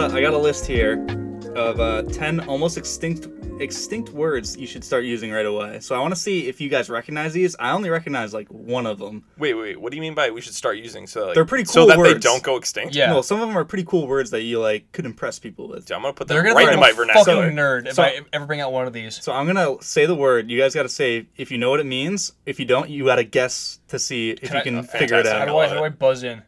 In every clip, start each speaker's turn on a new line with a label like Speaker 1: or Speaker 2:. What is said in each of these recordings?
Speaker 1: list here of uh, 10 almost extinct extinct words you should start using right away. So I want to see if you guys recognize these. I only recognize like one of them.
Speaker 2: Wait, wait. What do you mean by we should start using so like,
Speaker 1: They're pretty
Speaker 2: so
Speaker 1: cool
Speaker 2: that they
Speaker 1: words.
Speaker 2: don't go extinct?
Speaker 3: Yeah.
Speaker 1: No, some of them are pretty cool words that you like could impress people with.
Speaker 2: Dude, I'm gonna put
Speaker 3: They're
Speaker 2: that
Speaker 3: gonna
Speaker 2: right
Speaker 3: think
Speaker 2: in
Speaker 3: I'm
Speaker 2: my
Speaker 3: a
Speaker 2: vernacular.
Speaker 3: fucking nerd if
Speaker 1: So-
Speaker 3: I ever bring out one of these.
Speaker 1: So I'm gonna say the word. You guys gotta say if you know what it means. If you don't, you gotta guess to see if
Speaker 3: Can
Speaker 1: you
Speaker 3: I-
Speaker 1: can
Speaker 3: uh,
Speaker 1: figure it
Speaker 2: fantastic.
Speaker 3: How
Speaker 1: out.
Speaker 3: do I, how do I buzz in?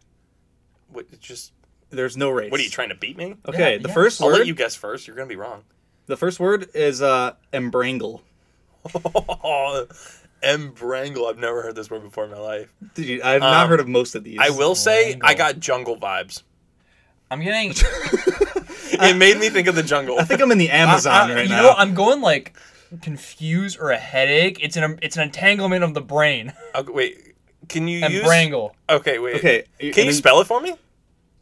Speaker 2: What, just
Speaker 1: There's no race.
Speaker 2: what are you trying to beat me?
Speaker 1: Okay,
Speaker 3: Yeah,
Speaker 1: the
Speaker 3: yeah.
Speaker 1: first
Speaker 2: I'll
Speaker 1: word.
Speaker 2: let you guess first. You're gonna be wrong.
Speaker 1: The first word is uh, embrangle.
Speaker 2: Embrangle. I've never heard this word before in my life.
Speaker 1: Dude, I've not
Speaker 2: Um,
Speaker 1: heard of most of these.
Speaker 2: I will say I
Speaker 3: Wrangle.
Speaker 2: got jungle vibes.
Speaker 3: I'm getting.
Speaker 2: It made me think of the jungle.
Speaker 1: I think I'm in the Amazon
Speaker 3: I- I-
Speaker 1: right
Speaker 3: you
Speaker 1: now.
Speaker 3: know, I'm going like confused or a headache. It's an it's an entanglement of the brain.
Speaker 2: Okay, wait, can you use?
Speaker 3: Embrangle.
Speaker 2: Okay, wait.
Speaker 1: okay.
Speaker 2: Can you spell it for me?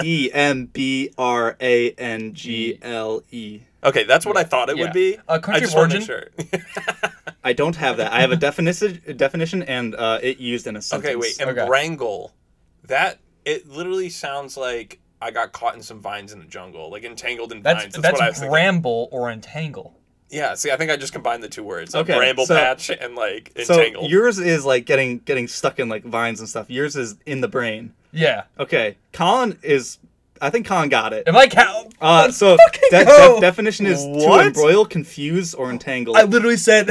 Speaker 1: E M B R A N G L E.
Speaker 2: Okay, that's what I thought it
Speaker 3: Yeah.
Speaker 2: would be.
Speaker 3: Uh, country
Speaker 2: I just
Speaker 3: of
Speaker 2: wanna
Speaker 3: origin?
Speaker 2: make sure.
Speaker 1: I don't have that. I have a definition, a definition, and uh, it used in a sentence.
Speaker 2: okay, wait.
Speaker 3: Okay.
Speaker 2: Embrangle. That it literally sounds like I got caught in some vines in the jungle, like entangled in
Speaker 3: That's
Speaker 2: vines. That's,
Speaker 3: that's,
Speaker 2: what I was thinking.
Speaker 3: bramble or entangle.
Speaker 2: Yeah, see, I think I just combined the two words. Like
Speaker 1: Okay,
Speaker 2: bramble
Speaker 1: so-
Speaker 2: patch and like
Speaker 1: So
Speaker 2: entangled.
Speaker 1: yours is like getting getting stuck in like vines and stuff. Yours is in the brain.
Speaker 3: Yeah.
Speaker 1: Okay, Colin is. I think Colin got it.
Speaker 3: Am I count?
Speaker 1: Uh, so de- de-
Speaker 3: go.
Speaker 1: definition is
Speaker 2: What?
Speaker 1: to embroil, confuse, or entangle.
Speaker 3: literally said.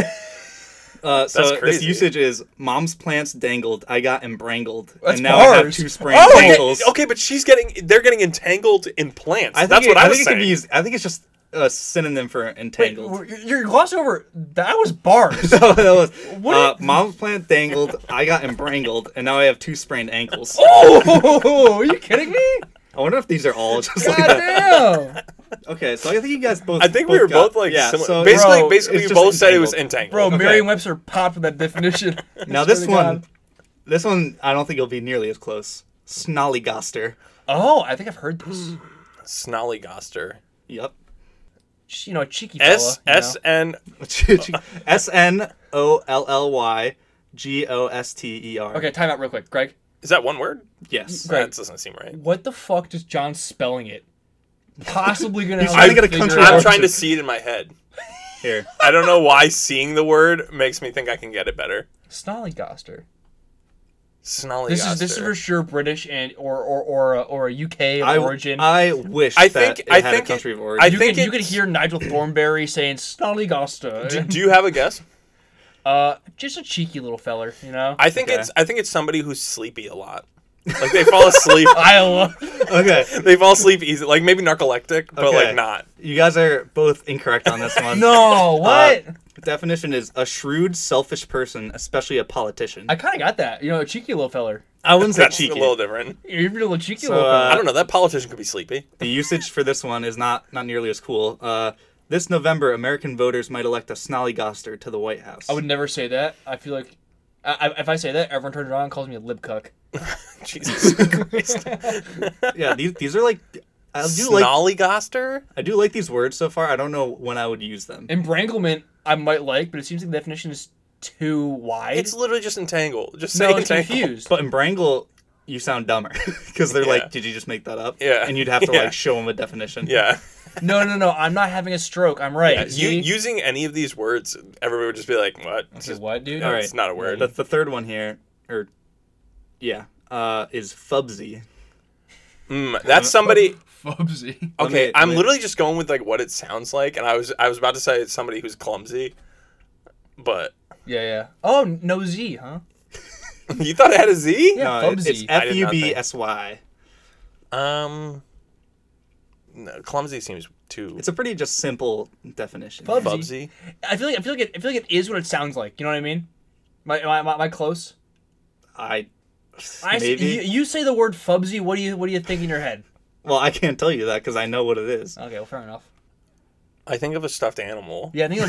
Speaker 1: Uh, so
Speaker 2: That's
Speaker 1: this
Speaker 2: crazy.
Speaker 1: usage is mom's plants dangled. I got embrangled,
Speaker 3: That's
Speaker 1: and now I have
Speaker 3: bars.
Speaker 1: two sprained
Speaker 3: Oh,
Speaker 2: okay,
Speaker 1: ankles.
Speaker 2: okay, but she's getting they're getting entangled in plants.
Speaker 1: I think
Speaker 2: that's
Speaker 1: it,
Speaker 2: what I,
Speaker 1: I
Speaker 2: was
Speaker 1: think it
Speaker 2: saying.
Speaker 1: could be used. I think it's just a synonym for entangled.
Speaker 3: You're glossing over. That was bars.
Speaker 1: So that was, uh,
Speaker 3: What?
Speaker 1: mom's plant dangled. I got embrangled, and now I have two sprained ankles.
Speaker 3: oh, are you kidding me?
Speaker 1: I wonder if these are all just like
Speaker 3: God
Speaker 1: that.
Speaker 3: damn,
Speaker 1: Okay, so I think you guys both.
Speaker 2: I think we were
Speaker 1: got-
Speaker 2: both like
Speaker 1: yeah.
Speaker 2: similar.
Speaker 1: so
Speaker 2: basically,
Speaker 3: Bro,
Speaker 2: basically,
Speaker 1: it's
Speaker 2: we
Speaker 1: just
Speaker 2: both said it was
Speaker 3: bro.
Speaker 2: entangled.
Speaker 1: Okay.
Speaker 3: Merriam-Webster popped with that definition.
Speaker 1: now
Speaker 3: I
Speaker 1: this
Speaker 3: swear to
Speaker 1: one,
Speaker 3: God.
Speaker 1: this one, I don't think it'll be nearly as close. Snollygoster.
Speaker 3: Oh, I think I've heard this.
Speaker 2: Snollygoster.
Speaker 1: Yep.
Speaker 3: Sh- You know, a cheeky fella.
Speaker 2: S
Speaker 3: you know.
Speaker 2: S N.
Speaker 1: S N O L L Y G O S T E R.
Speaker 3: Okay, time out real quick, Greg.
Speaker 2: Is that one word?
Speaker 1: Yes.
Speaker 3: Great.
Speaker 2: That doesn't seem right.
Speaker 3: What the fuck does John spelling it? Possibly gonna.
Speaker 1: He's
Speaker 3: help
Speaker 1: trying to
Speaker 3: me
Speaker 1: get a
Speaker 3: figure
Speaker 1: country
Speaker 3: out-
Speaker 2: I'm
Speaker 1: origin.
Speaker 2: trying to see it in my head.
Speaker 1: Here.
Speaker 2: I don't know why seeing the word makes me think I can get it better.
Speaker 3: Snollygoster.
Speaker 2: Snollygoster.
Speaker 3: This is this is for sure British and or or or a, or a UK
Speaker 1: I,
Speaker 3: origin.
Speaker 1: I wish
Speaker 2: I
Speaker 1: that
Speaker 2: think-
Speaker 1: it
Speaker 2: I
Speaker 1: had
Speaker 2: think
Speaker 1: a
Speaker 2: it-
Speaker 1: country of
Speaker 2: I
Speaker 1: origin.
Speaker 3: you
Speaker 2: think
Speaker 3: could, you could
Speaker 2: it's-
Speaker 3: hear Nigel Thornberry saying Snollygoster.
Speaker 2: Do, do you have a guess?
Speaker 3: Uh, just a cheeky little feller, you know.
Speaker 2: I think
Speaker 1: Okay.
Speaker 2: it's I think it's somebody who's sleepy a lot. Like they fall asleep.
Speaker 3: Iowa.
Speaker 1: okay.
Speaker 2: they fall asleep easy. Like maybe narcoleptic, but
Speaker 1: Okay.
Speaker 2: like not.
Speaker 1: You guys are both incorrect on this one. Uh,
Speaker 3: no, what?
Speaker 1: The definition is a shrewd, selfish person, especially a politician.
Speaker 3: I kind of got that. You know, a cheeky little feller.
Speaker 1: I wouldn't say
Speaker 2: That's
Speaker 1: cheeky.
Speaker 2: a little different.
Speaker 3: You're a little cheeky
Speaker 1: Uh, So,
Speaker 3: little feller.
Speaker 1: uh,
Speaker 2: I don't know. That politician could be sleepy.
Speaker 1: The usage for this one is not not nearly as cool. Uh, this November, American voters might elect a snollygoster to the White House.
Speaker 3: I would never say that. I feel like I, I, if I say that, everyone turns around and calls me a lib cuck.
Speaker 2: Jesus Christ.
Speaker 1: yeah, these, these are like I do like
Speaker 2: Snollygoster?
Speaker 1: I do like these words so far. I don't know when I would use them.
Speaker 3: Embranglement, I might like, but it seems like the definition is too wide.
Speaker 2: It's literally just entangle. Just say
Speaker 3: no, it's
Speaker 2: entangle.
Speaker 3: confused.
Speaker 1: But in Brangle, you sound dumber because they're
Speaker 2: Yeah.
Speaker 1: like, "Did you just make that up?"
Speaker 2: Yeah.
Speaker 1: and you'd have to
Speaker 2: Yeah.
Speaker 1: like show them a definition.
Speaker 2: Yeah.
Speaker 3: no, no, no. I'm not having a stroke. I'm right.
Speaker 2: You,
Speaker 3: see?
Speaker 2: using any of these words, everybody would just be like, "What? It's
Speaker 3: Okay,
Speaker 2: just-
Speaker 3: what, dude?
Speaker 2: no,
Speaker 1: All right.
Speaker 2: It's not a word."
Speaker 1: The, the third one here, or yeah, uh, is Fubsy.
Speaker 2: Mm, that's somebody.
Speaker 3: Fubsy.
Speaker 2: Okay,
Speaker 1: me-
Speaker 2: I'm
Speaker 1: let me-
Speaker 2: literally just going with like what it sounds like, and I was I was about to say it's somebody who's clumsy, but
Speaker 3: Yeah, yeah. Oh, no Z, huh?
Speaker 2: you thought it had a Z?
Speaker 3: Yeah.
Speaker 1: No, it- Uh, it's
Speaker 3: Fubsy.
Speaker 2: I
Speaker 1: F
Speaker 2: did
Speaker 1: U
Speaker 2: not
Speaker 1: B
Speaker 2: think.
Speaker 1: S Y.
Speaker 2: Um, no, clumsy seems too.
Speaker 1: It's a pretty just simple definition.
Speaker 3: Fubsy.
Speaker 2: Bubsy.
Speaker 3: I feel like I feel like it, I feel like it is what it sounds like. You know what I mean? My my my, my close.
Speaker 1: I
Speaker 3: I s-
Speaker 1: maybe.
Speaker 3: You, you say the word fubsy. What do you what do you think in your head?
Speaker 1: Well, I can't tell you that because I know what it is.
Speaker 3: Okay, well, fair enough.
Speaker 2: I think of a stuffed animal.
Speaker 3: Yeah, I think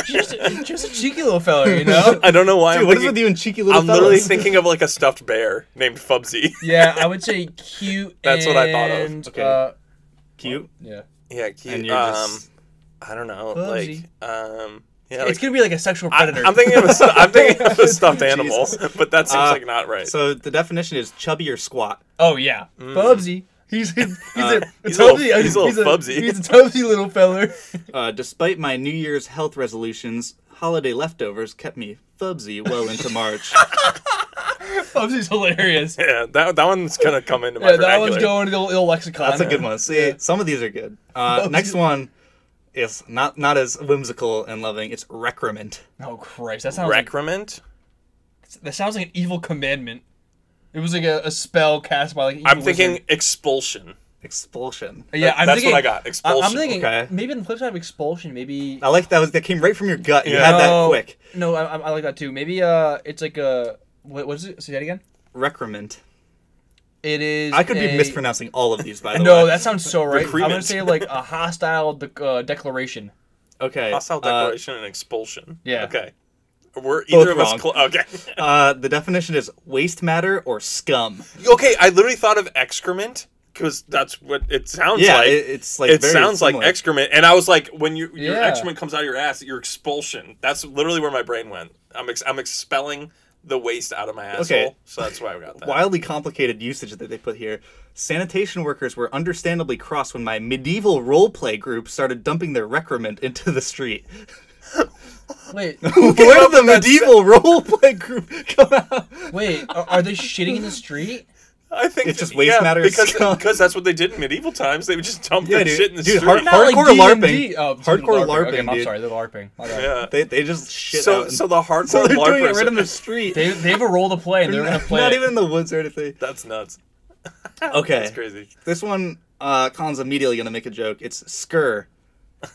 Speaker 3: it's just, a- just a cheeky little fella, you know?
Speaker 2: I don't know why.
Speaker 1: Dude,
Speaker 2: I'm
Speaker 1: what is
Speaker 2: thinking,
Speaker 1: with you and cheeky little
Speaker 2: I'm literally
Speaker 1: fellas?
Speaker 2: thinking of like a stuffed bear named Fubsy.
Speaker 3: Yeah, I would say cute.
Speaker 2: That's what I thought of.
Speaker 3: and,
Speaker 1: Okay.
Speaker 3: Uh,
Speaker 1: cute,
Speaker 3: yeah.
Speaker 2: yeah, cute.
Speaker 1: and you're
Speaker 2: um,
Speaker 1: just
Speaker 2: I don't know,
Speaker 3: Fubsy.
Speaker 2: like, um, yeah,
Speaker 3: it's
Speaker 2: like,
Speaker 3: gonna be like a sexual predator.
Speaker 2: I'm thinking of a, stu- I'm thinking of a stuffed animal,
Speaker 1: Jesus.
Speaker 2: but that seems
Speaker 1: Uh,
Speaker 2: like not right.
Speaker 1: so the definition is chubby or squat.
Speaker 3: oh yeah, fubsy. He's he's,
Speaker 1: Uh,
Speaker 3: a,
Speaker 2: Mm. he's a little-
Speaker 3: Tobsy-
Speaker 2: he's a little
Speaker 3: A,
Speaker 2: fubsy.
Speaker 3: he's a Tobsy little feller.
Speaker 1: Uh, despite my New Year's health resolutions, holiday leftovers kept me fubsy well into March.
Speaker 3: Fubsy's hilarious.
Speaker 2: Yeah, that, that one's gonna come into my
Speaker 3: Yeah, that one's
Speaker 2: vernacular.
Speaker 3: going to the ill lexicon.
Speaker 1: That's a good one. See, some of these are good. Uh, next one is not not as whimsical and loving. It's recrement.
Speaker 3: Oh Christ, that sounds like,
Speaker 2: Recrement.
Speaker 3: that sounds like an evil commandment. It was like a, a spell cast by like. an
Speaker 2: I'm
Speaker 3: evil
Speaker 2: thinking
Speaker 3: wizard.
Speaker 2: expulsion.
Speaker 1: Expulsion.
Speaker 3: Yeah, I'm
Speaker 2: that's
Speaker 3: thinking,
Speaker 2: what I got.
Speaker 3: I-
Speaker 2: Expulsion.
Speaker 3: I'm thinking
Speaker 1: okay.
Speaker 3: maybe on the flip side of expulsion, maybe
Speaker 1: I like that was that came right from your gut. You
Speaker 2: Yeah.
Speaker 1: had that
Speaker 3: No.
Speaker 1: quick.
Speaker 3: No, I, I I like that too. Maybe uh, it's like a what was it? Say that again.
Speaker 1: Recrement.
Speaker 3: It is.
Speaker 1: I could
Speaker 3: a,
Speaker 1: be mispronouncing all of these by the way.
Speaker 3: No, that sounds so right. I'm gonna
Speaker 2: Recruitment.
Speaker 3: say like a hostile dec uh, declaration.
Speaker 1: okay.
Speaker 2: Hostile
Speaker 1: uh,
Speaker 2: declaration and expulsion.
Speaker 3: Yeah.
Speaker 2: Okay. We're either of
Speaker 1: wrong.
Speaker 2: us. Cl- okay.
Speaker 1: uh, the definition is waste matter or scum.
Speaker 2: okay. I literally thought of excrement because that's what it sounds
Speaker 1: yeah,
Speaker 2: like.
Speaker 1: it,
Speaker 2: It,
Speaker 1: it's like very
Speaker 2: sounds
Speaker 1: similar.
Speaker 2: like excrement, and I was like, when you, your
Speaker 3: Yeah.
Speaker 2: excrement comes out of your ass, your expulsion. That's literally where my brain went. I'm ex- I'm expelling the waste out of my asshole.
Speaker 1: Okay.
Speaker 2: So that's why I got that.
Speaker 1: wildly complicated usage that they put here. Sanitation workers were understandably cross when my medieval roleplay group started dumping their recrement into the street.
Speaker 3: Wait,
Speaker 1: Where did the medieval roleplay group come out?
Speaker 3: wait, are, are they shitting in the street?
Speaker 2: I think
Speaker 1: It's just waste matter is
Speaker 2: because
Speaker 1: scum.
Speaker 2: because that's what they did in medieval times. They would just dump
Speaker 1: Yeah,
Speaker 2: their
Speaker 1: dude.
Speaker 2: shit in the
Speaker 1: Dude,
Speaker 2: street.
Speaker 1: hard-
Speaker 3: Not like
Speaker 1: Hardcore LARPing.
Speaker 3: D&D. Oh, sorry,
Speaker 1: Hardcore
Speaker 3: Okay,
Speaker 1: LarPing,
Speaker 3: I'm
Speaker 1: dude.
Speaker 3: sorry, they're larping. My bad.
Speaker 2: yeah.
Speaker 1: They, they just shit
Speaker 2: So
Speaker 1: out.
Speaker 2: so the hardcore
Speaker 1: so they're doing it
Speaker 2: LARPers-
Speaker 1: right in the street.
Speaker 3: They, they have a role to play, and they're gonna
Speaker 1: not,
Speaker 3: play.
Speaker 1: not
Speaker 3: it.
Speaker 1: even in the woods or anything.
Speaker 2: That's nuts.
Speaker 1: Okay.
Speaker 2: That's crazy.
Speaker 1: This one, uh, Colin's immediately going to make a joke. It's skur.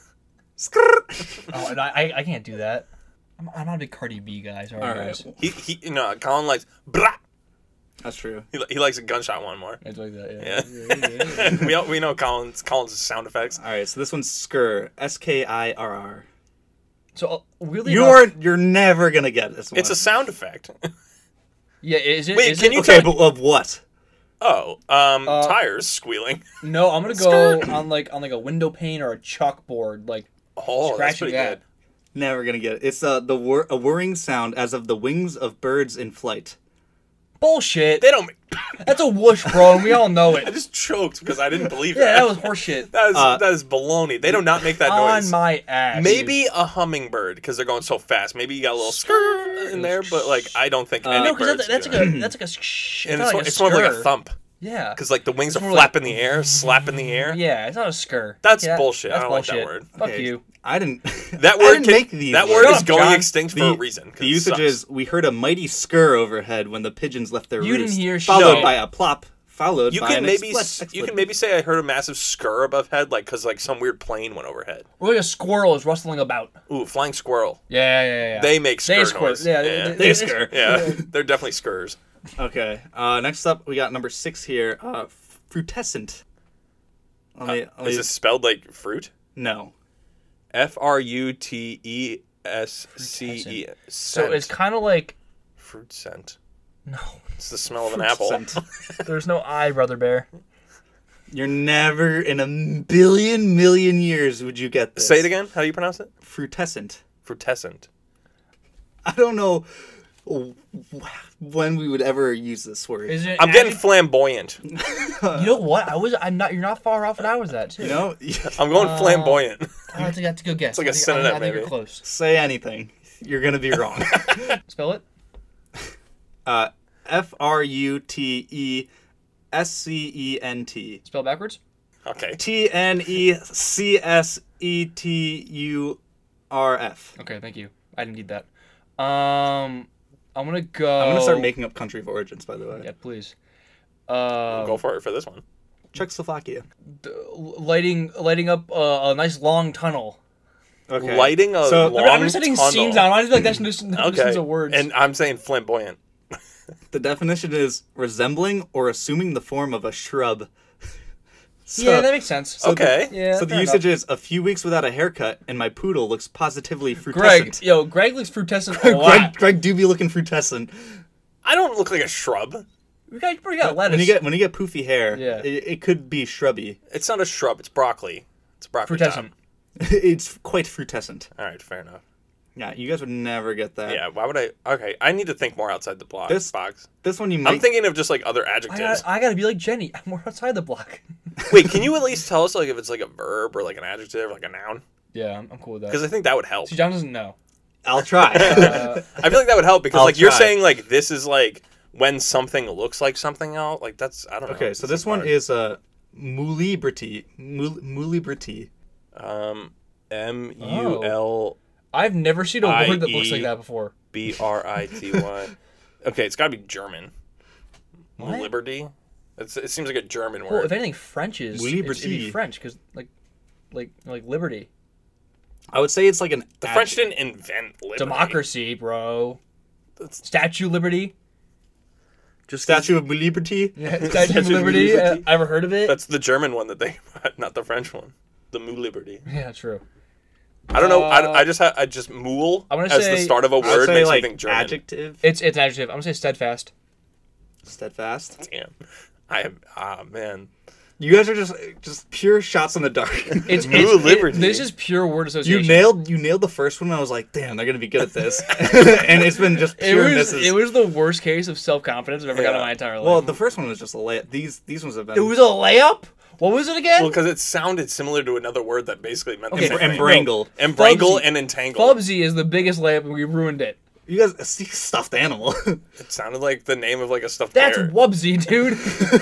Speaker 1: Skrr.
Speaker 3: Oh, and I, I, I can't do that. I'm, I'm not a big Cardi B guy. Sorry,
Speaker 1: All
Speaker 3: guys.
Speaker 1: right.
Speaker 2: He he. You know, Colin likes brah.
Speaker 1: That's true.
Speaker 2: He, li- he likes a gunshot one more.
Speaker 3: It's like that.
Speaker 2: Yeah.
Speaker 3: Yeah.
Speaker 2: we all, we know Colin's Colin's sound effects.
Speaker 1: All right, so this one's skur. S K I R R.
Speaker 3: so uh, weirdly,
Speaker 1: You
Speaker 3: enough-
Speaker 1: are you're never gonna get this one.
Speaker 2: It's a sound effect.
Speaker 3: Yeah, is it?
Speaker 2: Wait,
Speaker 3: is
Speaker 2: can
Speaker 3: it-
Speaker 2: you-
Speaker 1: okay, but of what?
Speaker 2: Oh, um,
Speaker 3: Uh,
Speaker 2: tires squealing.
Speaker 3: No, I'm gonna go on like on like a window pane or a chalkboard. Like
Speaker 2: Oh, that's
Speaker 3: Scratching
Speaker 2: pretty
Speaker 3: that.
Speaker 2: good.
Speaker 1: Never gonna get it. It's uh, the whir- a whirring sound as of the wings of birds in flight.
Speaker 3: bullshit.
Speaker 2: They don't. Make,
Speaker 3: That's a whoosh, bro, and we all know
Speaker 2: I
Speaker 3: it.
Speaker 2: just choked because I didn't believe
Speaker 3: Yeah,
Speaker 2: that.
Speaker 3: that was horseshit.
Speaker 2: that is,
Speaker 1: Uh,
Speaker 2: that is baloney. They do not make that
Speaker 3: On
Speaker 2: noise.
Speaker 3: my ass.
Speaker 2: Maybe a hummingbird because they're going so fast. Maybe you got a little skirt in there, but like I don't think any
Speaker 3: No,
Speaker 2: birds.
Speaker 3: because that's
Speaker 2: do
Speaker 3: like
Speaker 2: that.
Speaker 3: a that's like a sh-
Speaker 2: And it's,
Speaker 3: it's,
Speaker 2: more-
Speaker 3: not like a
Speaker 2: it's more of like a
Speaker 3: skir.
Speaker 2: thump
Speaker 3: Yeah.
Speaker 2: because like the wings are
Speaker 3: more like-
Speaker 2: flapping the air, slapping the air.
Speaker 3: Yeah, it's not a skir.
Speaker 2: That's
Speaker 3: Yeah,
Speaker 2: bullshit. I
Speaker 3: That's
Speaker 2: don't like that
Speaker 3: bullshit.
Speaker 2: word.
Speaker 3: Fuck
Speaker 1: Okay,
Speaker 3: you.
Speaker 1: I didn't.
Speaker 2: That
Speaker 1: I
Speaker 2: word
Speaker 1: didn't
Speaker 2: can-
Speaker 1: make these.
Speaker 2: that
Speaker 1: words.
Speaker 2: word
Speaker 3: Shut
Speaker 2: is
Speaker 3: up,
Speaker 2: going
Speaker 3: John.
Speaker 2: extinct for
Speaker 1: The-
Speaker 2: a reason. 'cause
Speaker 1: The
Speaker 2: it
Speaker 1: usage
Speaker 2: sucks.
Speaker 1: is we heard a mighty skur overhead when the pigeons left their
Speaker 3: You didn't
Speaker 1: roost,
Speaker 3: hear
Speaker 1: followed
Speaker 2: shit.
Speaker 1: by a plop, followed
Speaker 2: You
Speaker 1: by
Speaker 2: can
Speaker 1: an
Speaker 2: maybe
Speaker 1: expl-
Speaker 2: s- you
Speaker 1: expl-
Speaker 2: can maybe say I heard a massive skir above head, like because like some weird plane went overhead.
Speaker 3: Or like a squirrel is rustling about.
Speaker 2: Ooh, flying squirrel.
Speaker 3: Yeah, yeah, yeah. yeah.
Speaker 2: They make skir
Speaker 3: They squirt.
Speaker 2: noise.
Speaker 3: Yeah,
Speaker 2: yeah.
Speaker 3: they-
Speaker 1: They skur.
Speaker 2: Yeah, they're definitely skurs.
Speaker 1: Okay. Uh, next up, we got number six here. Uh, frutescent. Let me, let me-
Speaker 2: Uh, Is this spelled like fruit?
Speaker 1: no.
Speaker 2: F R U T E S C E.
Speaker 3: so it's kind of like
Speaker 2: fruit scent.
Speaker 3: no.
Speaker 2: It's the smell of an apple.
Speaker 1: Scent.
Speaker 3: There's no I, brother bear.
Speaker 1: You're never in a billion million years would you get this.
Speaker 2: Say it again. How do you pronounce it?
Speaker 1: Frutescent.
Speaker 2: Frutescent.
Speaker 1: I don't know w- when we would ever use this word.
Speaker 3: Is it?
Speaker 2: I'm getting
Speaker 3: adjective-
Speaker 2: flamboyant.
Speaker 3: You know what? I was. I'm not. You're not far off. What I was at too.
Speaker 1: you know,
Speaker 2: I'm going flamboyant.
Speaker 3: I think that's a good guess. It's
Speaker 2: like a
Speaker 3: I think, I
Speaker 2: synonym,
Speaker 3: think, I think you're
Speaker 2: maybe.
Speaker 3: close.
Speaker 1: say anything, you're gonna be wrong.
Speaker 3: Spell it.
Speaker 1: uh, F R U T E S C E N T
Speaker 3: Spell backwards.
Speaker 2: Okay.
Speaker 1: T N E C S E T U R F.
Speaker 3: Okay, thank you. I didn't need that. Um, I'm gonna go.
Speaker 1: I'm gonna start making up country of origins, by the way.
Speaker 3: Yeah, please. Uh,
Speaker 2: Go for it for this one.
Speaker 1: Czechoslovakia.
Speaker 3: d- lighting lighting up uh, a nice long tunnel.
Speaker 1: Okay.
Speaker 2: Lighting a
Speaker 1: So-
Speaker 2: long
Speaker 3: I'm just setting
Speaker 2: tunnel.
Speaker 3: scenes out. I feel like that's just, that's
Speaker 2: Okay.
Speaker 3: just a word.
Speaker 2: And I'm saying flamboyant.
Speaker 1: The definition is resembling or assuming the form of a shrub. so,
Speaker 3: yeah, that makes sense.
Speaker 2: okay.
Speaker 3: yeah.
Speaker 1: so the
Speaker 3: fair
Speaker 1: usage
Speaker 3: enough.
Speaker 1: is a few weeks without a haircut, and my poodle looks positively
Speaker 3: Greg,
Speaker 1: frutescent.
Speaker 3: yo, Greg looks frutescent a
Speaker 1: Greg,
Speaker 3: lot.
Speaker 1: Greg do be looking frutescent.
Speaker 2: I don't look like a shrub.
Speaker 3: We got, we got
Speaker 1: When
Speaker 3: lettuce.
Speaker 1: you get when you get poofy hair,
Speaker 3: Yeah.
Speaker 1: it, it could be shrubby.
Speaker 2: It's not a shrub. It's broccoli. It's broccoli.
Speaker 3: frutescent.
Speaker 2: top.
Speaker 1: it's quite frutescent.
Speaker 2: All right. Fair enough.
Speaker 1: Yeah, you guys would never get that.
Speaker 2: Yeah, why would I? Okay, I need to think more outside the block.
Speaker 1: This-
Speaker 2: box.
Speaker 1: This one you might.
Speaker 2: I'm thinking of just like other
Speaker 3: I
Speaker 2: adjectives.
Speaker 3: gotta, I gotta be like Jenny. I'm more outside the block.
Speaker 2: Wait, can you at least tell us like if it's like a verb or like an adjective or like a noun?
Speaker 3: Yeah, I'm, I'm cool with
Speaker 2: Because
Speaker 3: that.
Speaker 2: I think that would help.
Speaker 3: See, John doesn't know.
Speaker 1: I'll try.
Speaker 3: Uh,
Speaker 2: I feel like that would help because
Speaker 1: I'll
Speaker 2: like you're
Speaker 1: try.
Speaker 2: saying like this is like when something looks like something else. Like that's I don't know.
Speaker 1: okay, so
Speaker 2: It's
Speaker 1: this one
Speaker 2: hard.
Speaker 1: is uh, mulibrity. Mul- mulibrity.
Speaker 2: um M
Speaker 3: Oh.
Speaker 2: U L
Speaker 3: I've never seen a word that looks
Speaker 2: I.E.
Speaker 3: like that before.
Speaker 2: B R I T Y. Okay, it's got to be German.
Speaker 3: What?
Speaker 2: Liberty. It's, it seems like a German
Speaker 3: Well,
Speaker 2: word.
Speaker 3: if anything, French is it's- it'd be
Speaker 1: Liberty.
Speaker 3: French because like, like, like liberty,
Speaker 1: I would say it's like an.
Speaker 2: the French didn't invent liberty.
Speaker 3: democracy, bro.
Speaker 2: That's-
Speaker 3: Statue liberty.
Speaker 1: Just Statue of Liberty.
Speaker 3: Yeah,
Speaker 2: Statue
Speaker 3: Statue
Speaker 2: of
Speaker 3: of Liberty.
Speaker 2: Liberty.
Speaker 3: Uh, ever heard of it?
Speaker 2: That's the German one that they, not the French one. The Moo Liberty.
Speaker 3: yeah, true.
Speaker 2: I don't know.
Speaker 3: Uh,
Speaker 2: I, I just ha- I just Mool
Speaker 3: I wanna
Speaker 2: as the
Speaker 3: say-
Speaker 2: start of a
Speaker 1: I would
Speaker 2: word
Speaker 1: say
Speaker 2: makes
Speaker 1: like
Speaker 2: me think German.
Speaker 1: adjective.
Speaker 3: It's it's an adjective. I'm gonna say steadfast.
Speaker 1: Steadfast.
Speaker 2: Damn. I have ah man.
Speaker 1: You guys are just just pure shots in the dark.
Speaker 3: It's,
Speaker 2: New
Speaker 3: it's- it-
Speaker 2: liberty.
Speaker 3: this is pure word
Speaker 1: you
Speaker 3: association.
Speaker 1: nailed you nailed the first one. And I was like, damn, they're gonna be good at this. and it's been just
Speaker 3: it
Speaker 1: pure
Speaker 3: was
Speaker 1: misses.
Speaker 3: it was the worst case of self confidence I've ever got
Speaker 2: Yeah.
Speaker 3: in my entire life.
Speaker 1: well, the first one was just a lay. These these ones have been.
Speaker 3: it was a layup. What was it again?
Speaker 2: Well, because it sounded similar to another word that basically meant the
Speaker 3: Okay,
Speaker 2: same
Speaker 1: Em-
Speaker 2: thing.
Speaker 1: embrangled.
Speaker 2: Embrangle
Speaker 3: Fubsy.
Speaker 2: and entangle.
Speaker 3: Bubsy is the biggest layup, and we ruined it.
Speaker 1: You guys see stuffed animal.
Speaker 2: It sounded like the name of like a stuffed
Speaker 3: That's
Speaker 2: bear.
Speaker 3: Wubsy, dude.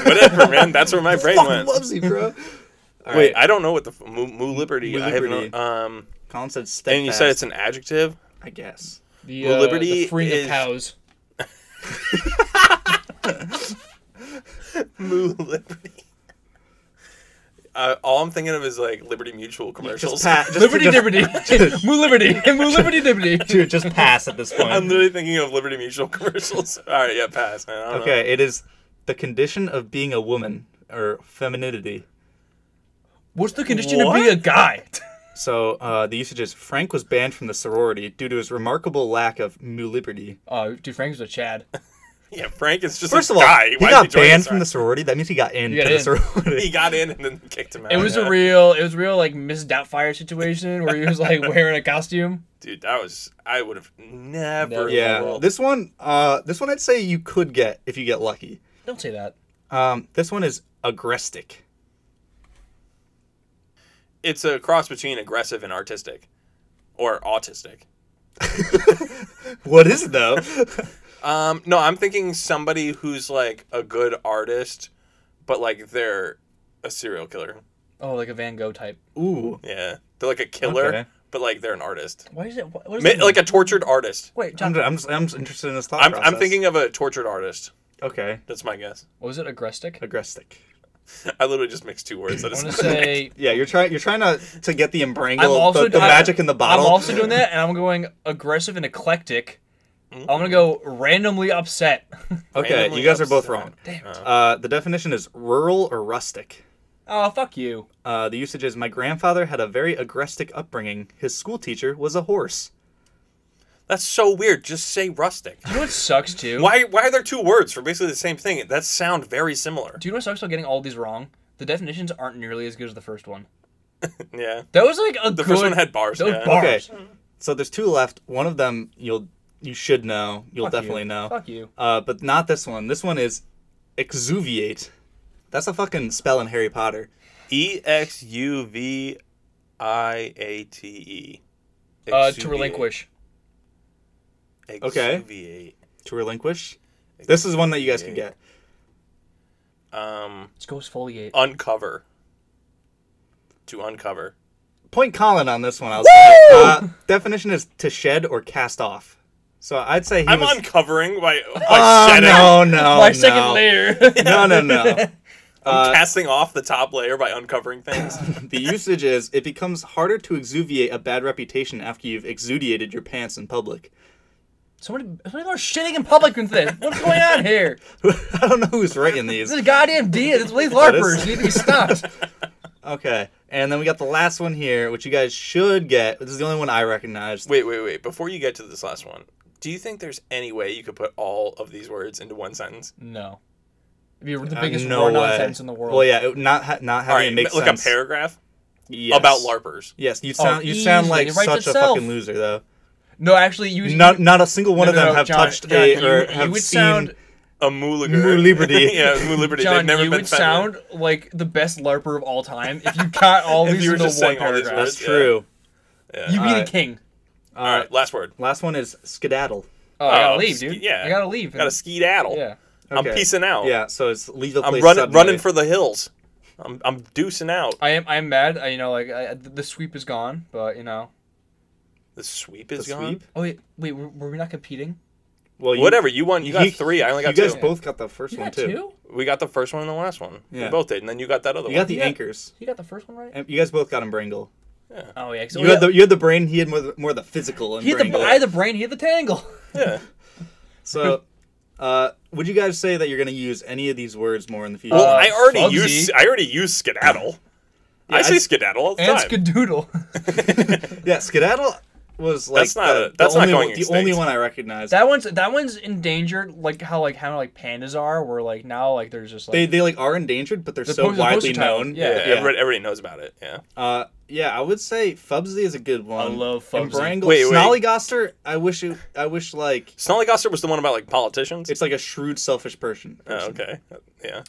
Speaker 2: Whatever, man. That's where my brain
Speaker 1: Fucking
Speaker 2: went.
Speaker 1: loves you, bro. All
Speaker 2: Wait,
Speaker 1: right,
Speaker 2: I don't know what the f- Moo, Moo Liberty.
Speaker 1: Moo
Speaker 2: I have no,
Speaker 1: Liberty.
Speaker 2: um.
Speaker 1: Colin said steadfast.
Speaker 2: And you said it's an adjective.
Speaker 1: I guess.
Speaker 3: the,
Speaker 2: Well,
Speaker 3: uh,
Speaker 2: liberty
Speaker 3: the freeing
Speaker 2: is-
Speaker 3: of cows.
Speaker 2: Moo Liberty. Uh, all I'm thinking of is like Liberty Mutual
Speaker 1: Just
Speaker 2: commercials.
Speaker 1: pass. Just,
Speaker 3: Liberty
Speaker 1: just,
Speaker 3: dibbity. Moo liberty. Moo liberty dibbity.
Speaker 1: Dude, just pass at this
Speaker 2: I'm
Speaker 1: point.
Speaker 2: literally thinking of Liberty Mutual commercials. All right, yeah, pass, man. I don't know.
Speaker 1: Okay, it is the condition of being a woman or femininity.
Speaker 3: What's the condition
Speaker 2: What?
Speaker 3: of being a guy?
Speaker 1: So uh, the usage is Frank was banned from the sorority due to his remarkable lack of mu liberty.
Speaker 3: Oh, dude, Frank's a Chad.
Speaker 2: Yeah, Frank is just
Speaker 1: First
Speaker 2: a
Speaker 1: of all,
Speaker 2: guy.
Speaker 1: he
Speaker 2: Why'd
Speaker 1: got
Speaker 2: join
Speaker 1: banned
Speaker 2: us?
Speaker 1: from the sorority. That means he got into
Speaker 3: got
Speaker 1: the
Speaker 3: in.
Speaker 1: sorority.
Speaker 2: He got in and then kicked him out.
Speaker 3: It was
Speaker 2: yeah.
Speaker 3: a real, it was real like Miss Doubtfire situation where he was like wearing a costume.
Speaker 2: dude. That was I would have never.
Speaker 3: Never.
Speaker 1: yeah,
Speaker 2: will.
Speaker 1: this one, uh, this one I'd say you could get if you get lucky.
Speaker 3: Don't say that.
Speaker 1: Um, this one is agrestic.
Speaker 2: it's a cross between aggressive and artistic, or autistic.
Speaker 1: What is it though?
Speaker 2: Um, no, I'm thinking somebody who's like a good artist, but like they're a serial killer.
Speaker 3: Oh, like a Van Gogh type.
Speaker 1: Ooh,
Speaker 2: Yeah, they're like a killer,
Speaker 1: Okay.
Speaker 2: but like they're an artist,
Speaker 3: Why is it? What, what is
Speaker 2: Ma-
Speaker 3: it?
Speaker 2: like a tortured artist.
Speaker 3: Wait, John.
Speaker 1: I'm, I'm, just, I'm just interested in this thought
Speaker 2: I'm,
Speaker 1: process.
Speaker 2: I'm thinking of a tortured artist.
Speaker 1: Okay,
Speaker 2: That's my guess.
Speaker 3: What was it agrestic?
Speaker 1: agrestic.
Speaker 2: I literally just mixed two words. That
Speaker 3: I
Speaker 2: is
Speaker 3: want to say
Speaker 1: Yeah, you're trying. You're trying to to get the embrangle,
Speaker 3: I'm also
Speaker 1: the, the
Speaker 3: I-
Speaker 1: magic in the bottle.
Speaker 3: I'm also doing that, and I'm going aggressive and eclectic. I'm gonna go randomly upset.
Speaker 1: Okay,
Speaker 2: randomly
Speaker 1: you guys are both
Speaker 2: upset.
Speaker 1: wrong.
Speaker 3: Damn it.
Speaker 1: Uh, the definition is rural or rustic.
Speaker 3: Oh, fuck you.
Speaker 1: Uh, the usage is my grandfather had a very agrestic upbringing. His school teacher was a horse.
Speaker 2: That's so weird. Just say rustic.
Speaker 3: Do you know what sucks too?
Speaker 2: Why? Why are there two words for basically the same thing? That sound very similar.
Speaker 3: Do you know what sucks about getting all these wrong? The definitions aren't nearly as good as the first one.
Speaker 2: Yeah.
Speaker 3: That was like a
Speaker 2: The
Speaker 3: good.
Speaker 2: first one had bars.
Speaker 3: those
Speaker 2: yeah.
Speaker 1: Okay,
Speaker 3: bars.
Speaker 1: so there's two left. One of them you'll you should know. You'll
Speaker 3: Fuck you.
Speaker 1: definitely know.
Speaker 3: Fuck you.
Speaker 1: Uh, but not this one. This one is exuviate. That's a fucking spell in Harry Potter.
Speaker 2: E X U V I A T E.
Speaker 3: Uh, to relinquish.
Speaker 1: Okay.
Speaker 2: Exuviate.
Speaker 1: To relinquish. This is one that you guys can get.
Speaker 2: Um,
Speaker 3: Let's go exfoliate.
Speaker 2: uncover. To uncover.
Speaker 1: Point Colin on this one. I'll say. Uh, definition is to shed or cast off. So I'd say he
Speaker 2: I'm
Speaker 1: was.
Speaker 2: uncovering by, by
Speaker 1: Oh,
Speaker 2: shedding.
Speaker 1: no, no,
Speaker 3: My
Speaker 1: no.
Speaker 3: second layer.
Speaker 1: No, no, no. Uh,
Speaker 2: I'm casting off the top layer by uncovering things.
Speaker 1: the usage is it becomes harder to exuviate a bad reputation after you've exudiated your pants in public.
Speaker 3: Somebody, somebody are shitting in public with this. What's going on here?
Speaker 1: I don't know who's writing these.
Speaker 3: This is goddamn Dia. This these
Speaker 1: is-
Speaker 3: larpers need to be stopped.
Speaker 1: Okay, and then we got the last one here, which you guys should get. This is the only one I recognize.
Speaker 2: wait, wait, wait. Before you get to this last one, do you think there's any way you could put all of these words into one sentence?
Speaker 3: No. It'd be the
Speaker 1: Uh,
Speaker 3: biggest
Speaker 1: no
Speaker 3: war
Speaker 1: way.
Speaker 3: nonsense in the world.
Speaker 1: Well, yeah, it, not ha- not
Speaker 2: All
Speaker 1: having
Speaker 2: right,
Speaker 1: it make
Speaker 2: like
Speaker 1: sense.
Speaker 2: a paragraph
Speaker 1: Yes.
Speaker 2: about larpers.
Speaker 1: Yes, you sound you sound
Speaker 3: easily.
Speaker 1: like
Speaker 3: It writes
Speaker 1: such a
Speaker 3: itself.
Speaker 1: fucking loser though.
Speaker 3: No, actually, you.
Speaker 1: Not not a single one
Speaker 3: No,
Speaker 1: of
Speaker 3: no,
Speaker 1: them
Speaker 3: no,
Speaker 1: have
Speaker 3: John,
Speaker 1: touched
Speaker 3: John,
Speaker 1: a
Speaker 3: you-
Speaker 1: or
Speaker 3: you
Speaker 1: have
Speaker 3: would
Speaker 1: seen.
Speaker 3: sound-
Speaker 2: A Mooliger.
Speaker 1: Moo Liberty.
Speaker 2: yeah, Moo Liberty. They've
Speaker 3: John,
Speaker 2: never
Speaker 3: you
Speaker 2: been
Speaker 3: would
Speaker 2: fed.
Speaker 3: sound like the best LARPer of all time if you got all
Speaker 2: If
Speaker 3: these
Speaker 2: you were
Speaker 3: into
Speaker 2: just
Speaker 3: one
Speaker 2: saying all these
Speaker 3: paragraph.
Speaker 1: that's
Speaker 2: yeah.
Speaker 1: true.
Speaker 2: Yeah.
Speaker 3: You'd be the
Speaker 1: Alright.
Speaker 3: king.
Speaker 2: All
Speaker 1: Uh,
Speaker 2: right, last word.
Speaker 1: Last one is skedaddle.
Speaker 3: Oh, I
Speaker 2: Oh,
Speaker 3: gotta leave,
Speaker 2: ski-
Speaker 3: dude.
Speaker 2: yeah.
Speaker 3: I gotta leave.
Speaker 2: Got a skedaddle.
Speaker 3: yeah.
Speaker 2: I'm
Speaker 1: Okay.
Speaker 2: peacing out.
Speaker 1: Yeah, so it's leave the
Speaker 2: Oh. I'm
Speaker 1: place
Speaker 2: running,
Speaker 1: suddenly.
Speaker 2: running for the hills. I'm, I'm deucing out.
Speaker 3: I am. I am mad. I, you know, like I, the sweep is gone, but you know.
Speaker 2: The sweep
Speaker 1: the
Speaker 2: is gone.
Speaker 1: sweep.
Speaker 3: Oh wait, wait. Were, were we not competing?
Speaker 1: Well, you,
Speaker 2: Whatever you won, you got
Speaker 1: you-
Speaker 2: three. I only
Speaker 1: You
Speaker 2: got
Speaker 1: guys
Speaker 2: two.
Speaker 1: both got the first one too.
Speaker 2: We got the first one and the last one. We
Speaker 1: Yeah.
Speaker 2: both did, and then you got that other
Speaker 1: You
Speaker 2: one.
Speaker 1: got the
Speaker 3: Yeah.
Speaker 1: anchors.
Speaker 3: You got the first one right.
Speaker 1: And You guys both got him Brangle.
Speaker 3: Oh yeah. 'cause-
Speaker 1: You had the you had the brain. He had more the, more the physical. And
Speaker 3: He had the.
Speaker 1: Brangle.
Speaker 3: I had the brain. He had the tangle.
Speaker 2: yeah.
Speaker 1: So, uh, would you guys say that you're going to use any of these words more in the future?
Speaker 2: Well,
Speaker 3: Uh,
Speaker 2: I already
Speaker 3: Fubsy.
Speaker 2: use I already use skedaddle. I
Speaker 1: I
Speaker 2: say
Speaker 1: s-
Speaker 2: skedaddle all the
Speaker 3: And
Speaker 2: time.
Speaker 3: Skadoodle.
Speaker 1: yeah, skedaddle was like
Speaker 2: That's not
Speaker 1: the,
Speaker 2: a- that's
Speaker 1: the
Speaker 2: not
Speaker 1: only,
Speaker 2: going
Speaker 1: one- the
Speaker 2: extinct.
Speaker 1: only one I recognized.
Speaker 3: that one's that one's endangered. Like how like how like pandas are. Where like now like there's just like
Speaker 1: they they like are endangered, but they're,
Speaker 3: They're
Speaker 1: so
Speaker 3: pos- they're
Speaker 1: widely
Speaker 3: versatile.
Speaker 1: known.
Speaker 3: Yeah.
Speaker 2: yeah,
Speaker 1: yeah.
Speaker 2: Everybody, everybody knows about it. Yeah.
Speaker 1: Uh, yeah, I would say Fubsy is a good one.
Speaker 3: love
Speaker 1: And
Speaker 3: Fubsy.
Speaker 1: Brangle,
Speaker 2: Wait, wait.
Speaker 1: Snollygoster. I wish it. I wish like
Speaker 2: Snollygoster was the one about like politicians.
Speaker 1: it's like a shrewd, selfish person.
Speaker 2: oh,
Speaker 1: person.
Speaker 2: okay. Yeah.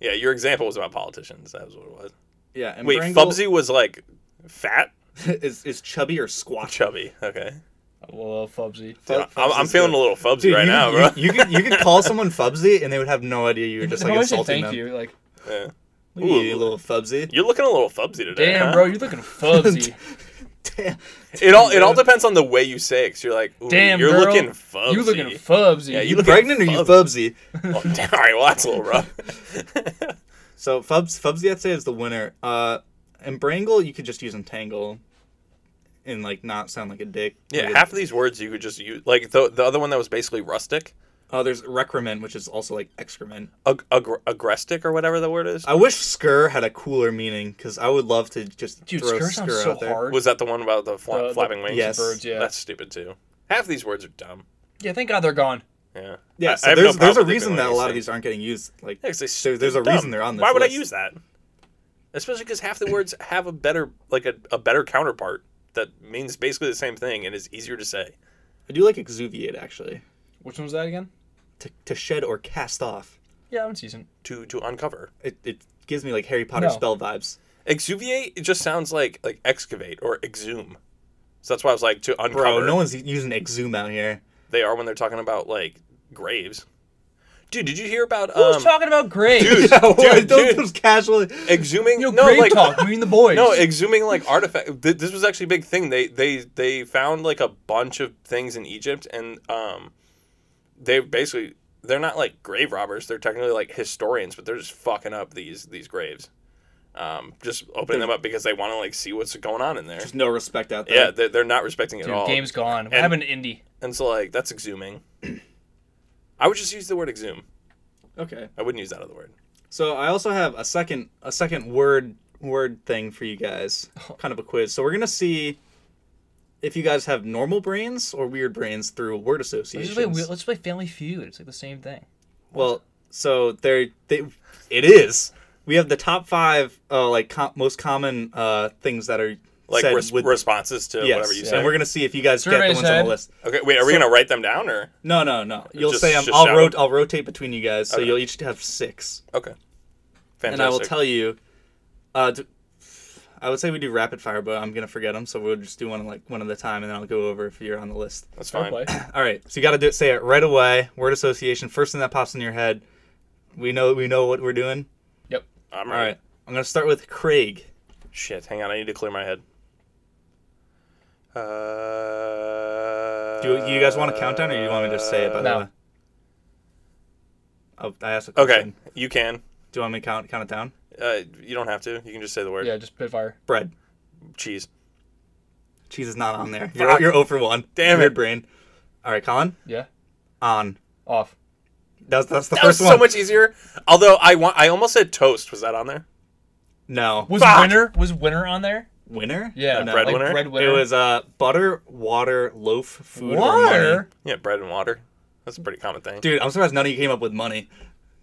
Speaker 2: Yeah, your example was about politicians. That was what it was.
Speaker 1: Yeah. And
Speaker 2: Wait,
Speaker 1: Brangle
Speaker 2: Fubsy was like fat,
Speaker 1: is is chubby or squatch.
Speaker 2: chubby. Okay.
Speaker 3: I love Fubsy.
Speaker 1: Fu-
Speaker 2: Yeah, I'm, I'm
Speaker 1: Fubsy's
Speaker 2: feeling
Speaker 1: good.
Speaker 2: a little Fubsy
Speaker 1: Dude,
Speaker 2: right
Speaker 1: you,
Speaker 2: now,
Speaker 1: you-
Speaker 2: bro.
Speaker 1: You, could you could call someone Fubsy and they would have no idea you were just like
Speaker 3: How do I say
Speaker 1: insulting
Speaker 3: thank
Speaker 1: them.
Speaker 3: you. Like
Speaker 2: Yeah.
Speaker 1: Look at you, little Fubsy.
Speaker 2: You're looking a little Fubsy today.
Speaker 3: damn,
Speaker 2: huh?
Speaker 3: bro, you're looking Fubsy.
Speaker 1: Damn.
Speaker 2: It all it all depends on the way you say it. Cause you're like, Ooh,
Speaker 3: Damn,
Speaker 2: you're
Speaker 3: girl,
Speaker 2: looking Fubsy.
Speaker 3: You looking Fubsy.
Speaker 2: Yeah, you
Speaker 1: You
Speaker 2: look
Speaker 1: pregnant or you Fubsy?
Speaker 2: Oh, damn, all right, well that's a little rough.
Speaker 1: So Fubs Fubsy I'd say is the winner. Uh and Brangle you could just use entangle and like not sound like a dick.
Speaker 2: Yeah,
Speaker 1: Like a-
Speaker 2: half of these words you could just use. Like the the other one that was basically rustic,
Speaker 1: Oh, there's recrement, which is also like excrement.
Speaker 2: ag- agr- agrestic or whatever the word is.
Speaker 1: I wish Skur had a cooler meaning because I would love to just
Speaker 3: Dude,
Speaker 1: throw
Speaker 3: Skur
Speaker 1: Skur,
Speaker 3: sounds so
Speaker 1: out there.
Speaker 3: hard. Uh,
Speaker 2: Was that the one about the, fla-
Speaker 3: The- the-
Speaker 2: flapping wings?
Speaker 1: yes.
Speaker 3: birds, yeah.
Speaker 2: that's stupid too. Half of these words are dumb.
Speaker 3: yeah, thank God they're gone.
Speaker 2: Yeah,
Speaker 1: Yeah,
Speaker 2: I-
Speaker 1: so
Speaker 2: I have no
Speaker 1: there's there's a
Speaker 2: problem with it
Speaker 1: reason
Speaker 2: being
Speaker 1: that a
Speaker 2: like
Speaker 1: lot of
Speaker 2: these
Speaker 1: these aren't getting used. Like
Speaker 2: Yeah, 'cause they s-
Speaker 1: there- there's a
Speaker 2: dumb.
Speaker 1: reason they're on this.
Speaker 2: Why would I
Speaker 1: list.
Speaker 2: use that? Especially because half the words have a better like a, a better counterpart that means basically the same thing and is easier to say.
Speaker 1: I do like exuviate actually.
Speaker 3: Which one was that again?
Speaker 1: To, to shed or cast off.
Speaker 3: Yeah, I'm decent.
Speaker 2: To to uncover,
Speaker 1: It, it gives me like Harry Potter
Speaker 3: No.
Speaker 1: spell vibes.
Speaker 2: exuviate it just sounds like like excavate or exhume. So that's why I was like to uncover.
Speaker 1: Bro, no one's using exhume out here.
Speaker 2: They are when they're talking about like graves. Dude, did you hear about
Speaker 3: Who's
Speaker 2: um,
Speaker 3: talking about graves?
Speaker 2: Dude,
Speaker 1: Yeah, what?
Speaker 2: dude,
Speaker 1: Don't
Speaker 2: dude.
Speaker 1: just casually.
Speaker 2: exhuming?
Speaker 3: Yo,
Speaker 2: no,
Speaker 3: grave
Speaker 2: like
Speaker 3: talk. Me and the boys.
Speaker 2: no, exhuming like artifact. th- This was actually a big thing. They they they found like a bunch of things in Egypt, and um, they basically they're not like grave robbers. They're technically like historians, but they're just fucking up these these graves. Um, just opening them up because they want to like see what's going on in there.
Speaker 1: There's no respect out there.
Speaker 2: Yeah, they're, they're not respecting it
Speaker 3: Dude,
Speaker 2: at all.
Speaker 3: game's gone. What
Speaker 2: And-
Speaker 3: happened to Indy?
Speaker 2: And so like that's exhuming. I would just use the word exhume.
Speaker 1: Okay.
Speaker 2: I wouldn't use that other word.
Speaker 1: So I also have a second a second word word thing for you guys. Kind of a quiz. So we're gonna see if you guys have normal brains or weird brains through word
Speaker 3: Let's
Speaker 1: associations.
Speaker 3: just play. Let's play Family Feud. It's like the same thing.
Speaker 1: well, so there they it is. We have the top five uh, like com- most common uh, things that are
Speaker 2: Like
Speaker 1: said
Speaker 2: res-
Speaker 1: with
Speaker 2: responses to
Speaker 1: yes,
Speaker 2: whatever you
Speaker 1: and
Speaker 2: say.
Speaker 1: we're gonna see if you guys get
Speaker 3: Survey
Speaker 1: the ones on
Speaker 3: said-
Speaker 1: the list.
Speaker 2: Okay, wait, are we gonna write them down or?
Speaker 1: No, no, no. You'll
Speaker 2: Just-
Speaker 1: say um,
Speaker 2: just
Speaker 1: I'll
Speaker 2: shout
Speaker 1: rot- I'll rotate between you guys, so
Speaker 2: Okay.
Speaker 1: you'll each have six,
Speaker 2: Okay. Fantastic.
Speaker 1: and I will tell you. Uh, d- I would say we do rapid fire, but I'm gonna forget them, so we'll just do one like one at a time, and then I'll go over if you're on the list.
Speaker 2: That's
Speaker 3: Fair
Speaker 2: fine.
Speaker 3: play.
Speaker 1: All right, so you got to do it. Say it right away. Word association, first thing that pops in your head. We know we know what we're doing.
Speaker 3: Yep.
Speaker 2: I'm
Speaker 1: All
Speaker 2: right.
Speaker 1: right, I'm gonna start with Craig.
Speaker 2: Shit, hang on. I need to clear my head. Uh,
Speaker 1: Do you, you guys want a countdown, or you want me to just say it? By the
Speaker 3: No.
Speaker 1: way, oh, I asked a question.
Speaker 2: Okay, you can.
Speaker 1: Do you want me to count count it down?
Speaker 2: Uh, you don't have to. You can just say the word
Speaker 3: Yeah, just Pitfire.
Speaker 1: Bread.
Speaker 2: cheese.
Speaker 1: Cheese is not on there.
Speaker 2: Fuck.
Speaker 1: You're, you're 0 for 1.
Speaker 2: Damn
Speaker 1: Weird
Speaker 2: it.
Speaker 1: brain. All right, Colin.
Speaker 3: Yeah.
Speaker 1: On.
Speaker 3: Off.
Speaker 1: That's that's the
Speaker 2: That was
Speaker 1: first
Speaker 2: so
Speaker 1: one.
Speaker 2: much easier. Although I want, I almost said toast. Was that on there?
Speaker 1: no.
Speaker 3: Was
Speaker 2: Fuck.
Speaker 3: winner was winner on there?
Speaker 1: Winner?
Speaker 3: Yeah.
Speaker 1: No.
Speaker 2: bread
Speaker 3: like
Speaker 2: winner?
Speaker 3: Bread
Speaker 1: it
Speaker 3: winner.
Speaker 1: was uh, butter, water, loaf, food, or money.
Speaker 3: water.
Speaker 2: Yeah, bread and water. That's a pretty common thing.
Speaker 1: Dude, I'm surprised none of you came up with money.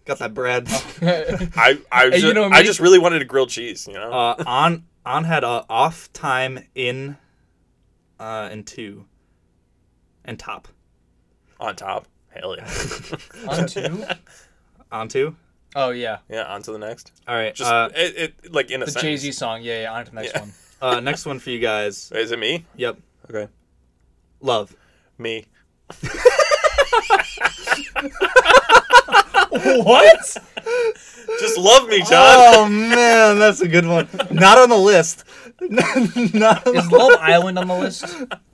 Speaker 1: Got that bread.
Speaker 2: I, I,
Speaker 3: Hey,
Speaker 2: just,
Speaker 3: you know
Speaker 2: I
Speaker 3: me.
Speaker 2: just really wanted a grilled cheese. You know,
Speaker 1: uh, on on had uh, off time in uh and two. and top.
Speaker 2: On top. Hell yeah.
Speaker 3: On two?
Speaker 1: Onto.
Speaker 3: Oh, yeah.
Speaker 2: yeah, on to the next.
Speaker 1: All right.
Speaker 2: Just
Speaker 1: uh,
Speaker 2: it, it like in a
Speaker 3: The
Speaker 2: sentence.
Speaker 3: Jay Z song. Yeah, yeah, on to the next
Speaker 2: Yeah.
Speaker 3: one.
Speaker 1: uh, next one for you guys.
Speaker 2: Is it me?
Speaker 1: Yep.
Speaker 2: Okay.
Speaker 1: Love.
Speaker 2: Me.
Speaker 3: what?
Speaker 2: Just love me, John.
Speaker 1: Oh man, that's a good one. Not on the list. not on
Speaker 3: Is
Speaker 1: the...
Speaker 3: Love Island on the list?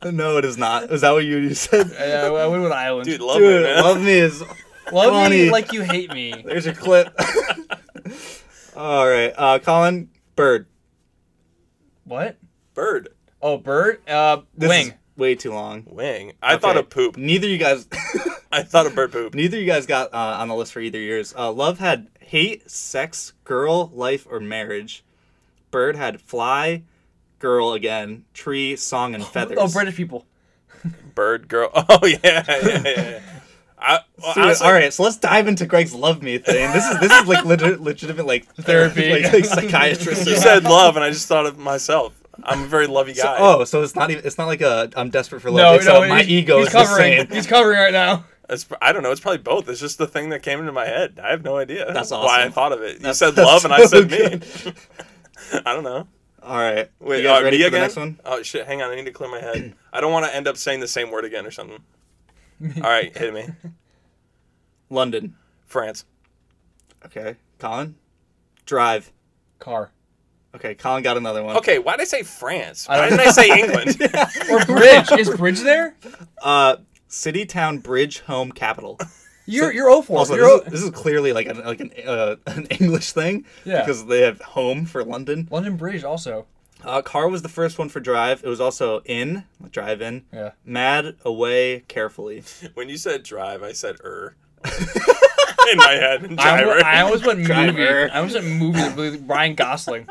Speaker 3: Uh,
Speaker 1: No, it is not. Is that what you, you said?
Speaker 3: I went with Island.
Speaker 2: Dude, love
Speaker 1: Dude,
Speaker 2: me, man.
Speaker 1: love me is.
Speaker 3: Love
Speaker 1: funny.
Speaker 3: me like you hate me.
Speaker 1: There's your clip. All right, uh, Colin Bird.
Speaker 3: What?
Speaker 2: Bird.
Speaker 3: Oh, bird. Uh,
Speaker 1: This
Speaker 3: wing.
Speaker 1: is way too long.
Speaker 2: Wing. I thought of
Speaker 1: Okay.
Speaker 2: poop.
Speaker 1: Neither you guys,
Speaker 2: I thought of bird poop.
Speaker 1: neither you guys got uh, on the list for either years. Uh, love had hate, sex, girl, life, or marriage. Bird had fly, girl again, tree, song, and feathers.
Speaker 3: Oh, British people.
Speaker 2: Bird girl. Oh yeah, yeah, yeah. yeah. I, well,
Speaker 1: Dude,
Speaker 2: honestly,
Speaker 1: all right, so let's dive into Greg's love me thing. This is this is like legit, legitimate like
Speaker 3: Therapy.
Speaker 1: like, like psychiatrist.
Speaker 2: You
Speaker 1: or-
Speaker 2: said love, and I just thought of myself. I'm a very lovey guy.
Speaker 1: oh, so it's not even it's not like a I'm desperate for
Speaker 3: No,
Speaker 1: love. it's
Speaker 3: no,
Speaker 1: a, my
Speaker 3: he's,
Speaker 1: ego
Speaker 3: he's
Speaker 1: is the
Speaker 3: covering.
Speaker 1: same.
Speaker 3: He's covering right now.
Speaker 2: It's, I don't know. It's probably both. It's just the thing that came into my head. I have no idea
Speaker 1: That's
Speaker 2: why I
Speaker 1: awesome.
Speaker 2: thought of it. You
Speaker 1: That's-
Speaker 2: said
Speaker 1: that's
Speaker 2: love, and I
Speaker 1: so
Speaker 2: said
Speaker 1: good.
Speaker 2: me. I don't know.
Speaker 1: All right,
Speaker 2: Wait,
Speaker 1: you guys
Speaker 2: uh,
Speaker 1: ready
Speaker 2: me
Speaker 1: for
Speaker 2: again?
Speaker 1: the next one?
Speaker 2: Oh shit! Hang on, I need to clear my head. I don't want to end up saying the same word again or something. All right, hit me.
Speaker 1: London.
Speaker 2: France.
Speaker 1: Okay, Colin, drive.
Speaker 3: Car.
Speaker 1: Okay, Colin got another one.
Speaker 2: Okay, why did I say France?
Speaker 3: I
Speaker 2: Why
Speaker 3: don't
Speaker 2: didn't I say England?
Speaker 3: Or bridge. is bridge there?
Speaker 1: Uh, city, town, bridge, home, capital.
Speaker 3: You're you're 0 for.
Speaker 1: Also,
Speaker 3: you're
Speaker 1: this is, this
Speaker 3: 0
Speaker 1: is clearly like an like an uh, an English thing.
Speaker 3: Yeah.
Speaker 1: Because they have home for London.
Speaker 3: London Bridge also.
Speaker 1: Uh, car was the first one for drive. It was also in drive in.
Speaker 3: Yeah.
Speaker 1: Mad away carefully.
Speaker 2: when you said drive, I said er. In my head,
Speaker 3: I, almo-
Speaker 2: driver.
Speaker 3: I almost went movie.
Speaker 1: Driver.
Speaker 3: I almost went movie with Ryan Gosling.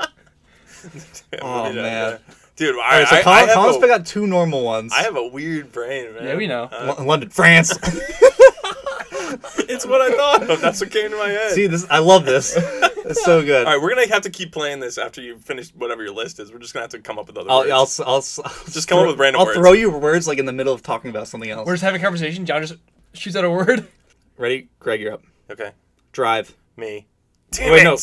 Speaker 1: Oh,
Speaker 2: Yeah,
Speaker 1: man.
Speaker 2: yeah. dude!
Speaker 1: All
Speaker 2: I,
Speaker 1: right, so
Speaker 2: I,
Speaker 1: Colin,
Speaker 2: I have
Speaker 1: Colin's
Speaker 2: a-
Speaker 1: picked out two normal ones.
Speaker 2: I have a weird brain, man.
Speaker 3: Yeah, we know.
Speaker 2: Uh,
Speaker 1: L- London, France.
Speaker 2: it's what I thought of. That's what came to my head.
Speaker 1: See this? I love this. It's so good.
Speaker 2: All right, we're gonna have to keep playing this after you finish whatever your list is. We're just gonna have to come up with other
Speaker 1: I'll,
Speaker 2: words.
Speaker 1: I'll, s- I'll, s- I'll
Speaker 2: Just come up with random
Speaker 1: I'll
Speaker 2: words.
Speaker 1: throw you words like in the middle of talking about something else.
Speaker 3: We're just having a conversation. John just shoots out a word.
Speaker 1: Ready, Greg? You're up.
Speaker 2: Okay,
Speaker 1: Drive.
Speaker 2: me. Damn
Speaker 1: Wait,
Speaker 2: it.
Speaker 1: no.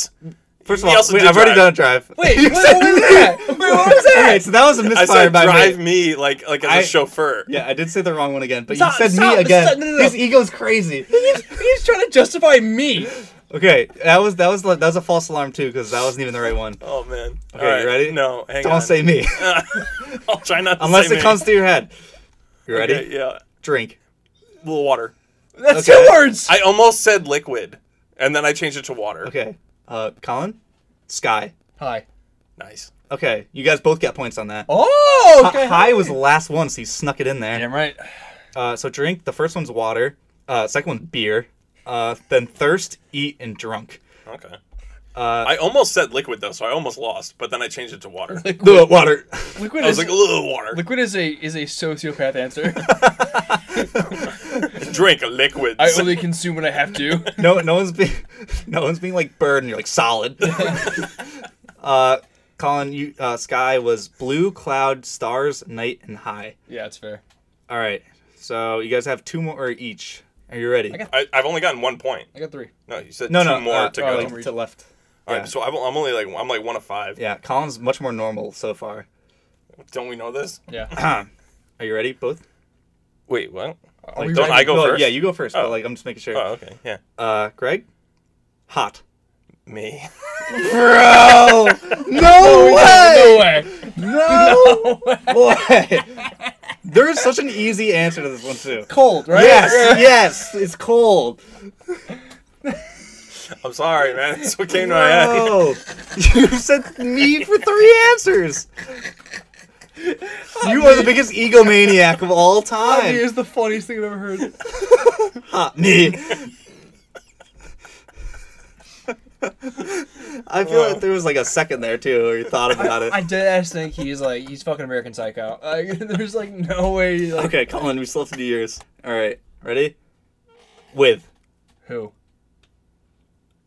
Speaker 1: First of
Speaker 2: We
Speaker 1: all,
Speaker 2: also
Speaker 1: wait,
Speaker 2: did
Speaker 1: I've already
Speaker 2: drive.
Speaker 1: done a drive.
Speaker 3: Wait,
Speaker 1: You
Speaker 3: what, what
Speaker 1: said-
Speaker 3: was that? Wait, what was
Speaker 1: All
Speaker 3: that?
Speaker 1: right, so that was a
Speaker 2: I
Speaker 1: misfire
Speaker 2: said
Speaker 1: by
Speaker 2: drive
Speaker 1: me.
Speaker 2: me like like as a
Speaker 1: I-
Speaker 2: chauffeur.
Speaker 1: Yeah, I did say the wrong one again, but
Speaker 3: Stop,
Speaker 1: you said
Speaker 3: stop,
Speaker 1: me again.
Speaker 3: stop, no, no, no.
Speaker 1: His ego's crazy.
Speaker 3: He's, he's trying to justify me.
Speaker 1: Okay, that was that was that was a false alarm too, because that wasn't even the right one.
Speaker 2: Oh man.
Speaker 1: Okay, you ready?
Speaker 2: No, hang
Speaker 1: Don't
Speaker 2: on.
Speaker 1: say me
Speaker 2: I'll try not to
Speaker 1: unless
Speaker 2: say
Speaker 1: it
Speaker 2: me.
Speaker 1: comes to your head. You ready?
Speaker 2: Okay, yeah,
Speaker 1: Drink.
Speaker 2: little water.
Speaker 3: That's
Speaker 1: Okay.
Speaker 3: two words.
Speaker 2: I almost said liquid, and then I changed it to water.
Speaker 1: Okay, uh, Colin, Sky.
Speaker 3: Hi.
Speaker 2: Nice.
Speaker 1: Okay, you guys both get points on that.
Speaker 3: Oh, okay.
Speaker 1: Hi- Hi was the last one, so you snuck it in there.
Speaker 3: Damn right.
Speaker 1: Uh, so drink. The first one's water. Uh, second one's beer. Uh, then thirst, eat, and drunk.
Speaker 2: Okay.
Speaker 1: Uh,
Speaker 2: I almost said liquid though, so I almost lost, but then I changed it to water.
Speaker 1: The water.
Speaker 3: Liquid
Speaker 2: I was
Speaker 3: is
Speaker 2: like, little water.
Speaker 3: liquid is a is a sociopath answer.
Speaker 2: Drink liquids.
Speaker 3: I only consume when I have to.
Speaker 1: No, no one's being, no one's being like bird, and you're like solid. uh, Colin, you uh, sky was blue, cloud, stars, night, and high.
Speaker 3: Yeah, it's fair.
Speaker 1: All right, so you guys have two more each. Are you ready?
Speaker 3: got-
Speaker 2: I, have only gotten one point.
Speaker 3: I got three.
Speaker 2: No, you said
Speaker 1: no,
Speaker 2: two
Speaker 1: no,
Speaker 2: more
Speaker 1: uh,
Speaker 2: to
Speaker 1: uh,
Speaker 2: go.
Speaker 1: like, to left.
Speaker 2: All
Speaker 1: yeah.
Speaker 2: right, so I'm, I'm only like I'm like one of five.
Speaker 1: Yeah, Colin's much more normal so far.
Speaker 2: Don't we know this?
Speaker 3: Yeah.
Speaker 1: Are you ready, both?
Speaker 2: Wait, what?
Speaker 3: Are we
Speaker 2: don't
Speaker 3: ready?
Speaker 2: I go
Speaker 1: Well,
Speaker 2: first?
Speaker 1: Yeah, you go first. But
Speaker 2: Oh.
Speaker 1: like, I'm just making sure.
Speaker 2: Oh, okay. Yeah.
Speaker 1: Uh, Greg, hot.
Speaker 2: Me.
Speaker 1: Bro, no
Speaker 3: No
Speaker 1: way,
Speaker 3: way.
Speaker 1: no way. There is such an easy answer to this one too.
Speaker 3: Cold, right?
Speaker 1: Yes, yes, it's cold.
Speaker 2: I'm sorry, man. That's what came to my head.
Speaker 3: Oh.
Speaker 1: No, you said me for three answers. You are the biggest egomaniac of all
Speaker 3: Hobby
Speaker 1: time.
Speaker 3: is the funniest thing I've ever heard.
Speaker 1: Hot me. I feel like there was like a second there too, where you thought about it.
Speaker 3: Oh. I did ask think he's like he's fucking American Psycho. Like, there's like no way. Like
Speaker 1: Okay, Colin, we still have to do yours. All right, ready? With.
Speaker 3: who?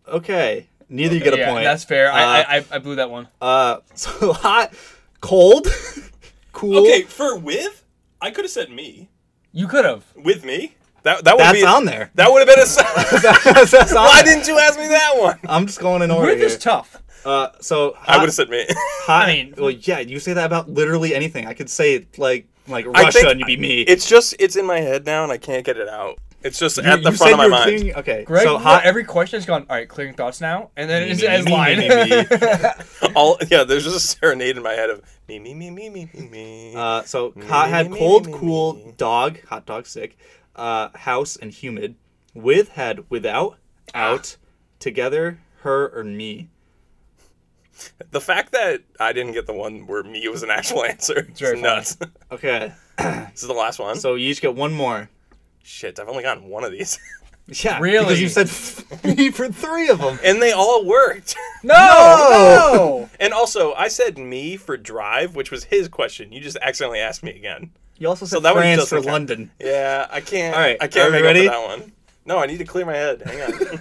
Speaker 1: Okay. Neither you get a
Speaker 3: yeah,
Speaker 1: point.
Speaker 3: that's fair. I,
Speaker 1: Uh,
Speaker 3: I I I blew that one.
Speaker 1: Uh, so hot, cold, cool.
Speaker 2: Okay, for with, I could have said me.
Speaker 3: You could have.
Speaker 2: with me. That that would
Speaker 1: That's
Speaker 2: be
Speaker 1: on there.
Speaker 2: That would have been a. s-
Speaker 1: That's- that's on
Speaker 2: Why
Speaker 1: there.
Speaker 2: didn't you ask me that one?
Speaker 1: I'm just going in order.
Speaker 3: We're
Speaker 1: Here.
Speaker 3: just tough.
Speaker 1: Uh, so hot,
Speaker 2: I would have said me.
Speaker 1: hot-
Speaker 3: I mean-
Speaker 1: well, yeah, you say that about literally anything. I could say like like
Speaker 2: I
Speaker 1: Russia
Speaker 2: think-
Speaker 1: and you'd be me.
Speaker 2: It's just it's in my head now, and I can't get it out. It's just
Speaker 1: You-
Speaker 2: at the
Speaker 1: you
Speaker 2: front
Speaker 1: said
Speaker 2: of my
Speaker 1: you were
Speaker 2: mind.
Speaker 1: clearing- okay,
Speaker 3: Greg,
Speaker 1: so hot.
Speaker 3: every question has gone. All right, clearing thoughts now, and then it's,
Speaker 1: me,
Speaker 3: it's
Speaker 1: me,
Speaker 3: lying.
Speaker 1: me, me,
Speaker 2: All yeah, there's just a serenade in my head of me me me me me me me.
Speaker 1: uh, so hot had
Speaker 2: me,
Speaker 1: cold,
Speaker 2: me,
Speaker 1: cool,
Speaker 2: me.
Speaker 1: dog, hot dog, sick, uh, house, and humid. With had without,
Speaker 2: Ah.
Speaker 1: out, together, her or me.
Speaker 2: the fact that I didn't get the one where me was an actual answer. It's
Speaker 3: very
Speaker 2: nuts.
Speaker 1: Okay,
Speaker 2: this is the last one.
Speaker 1: so you each get one more.
Speaker 2: Shit, I've only gotten one of these,
Speaker 1: Yeah,
Speaker 3: Really?
Speaker 1: Because you said me for three of them.
Speaker 2: and they all worked.
Speaker 3: no, no.
Speaker 2: And also, I said me for drive, which was his question. You just accidentally asked me again.
Speaker 1: You also said
Speaker 2: that one
Speaker 1: France
Speaker 2: doesn't
Speaker 1: for
Speaker 2: count.
Speaker 1: London.
Speaker 2: Yeah, I can't.
Speaker 1: All right,
Speaker 2: I can't
Speaker 1: are we
Speaker 2: make up for
Speaker 1: ready?
Speaker 2: that one. No, I need to clear my head. Hang on.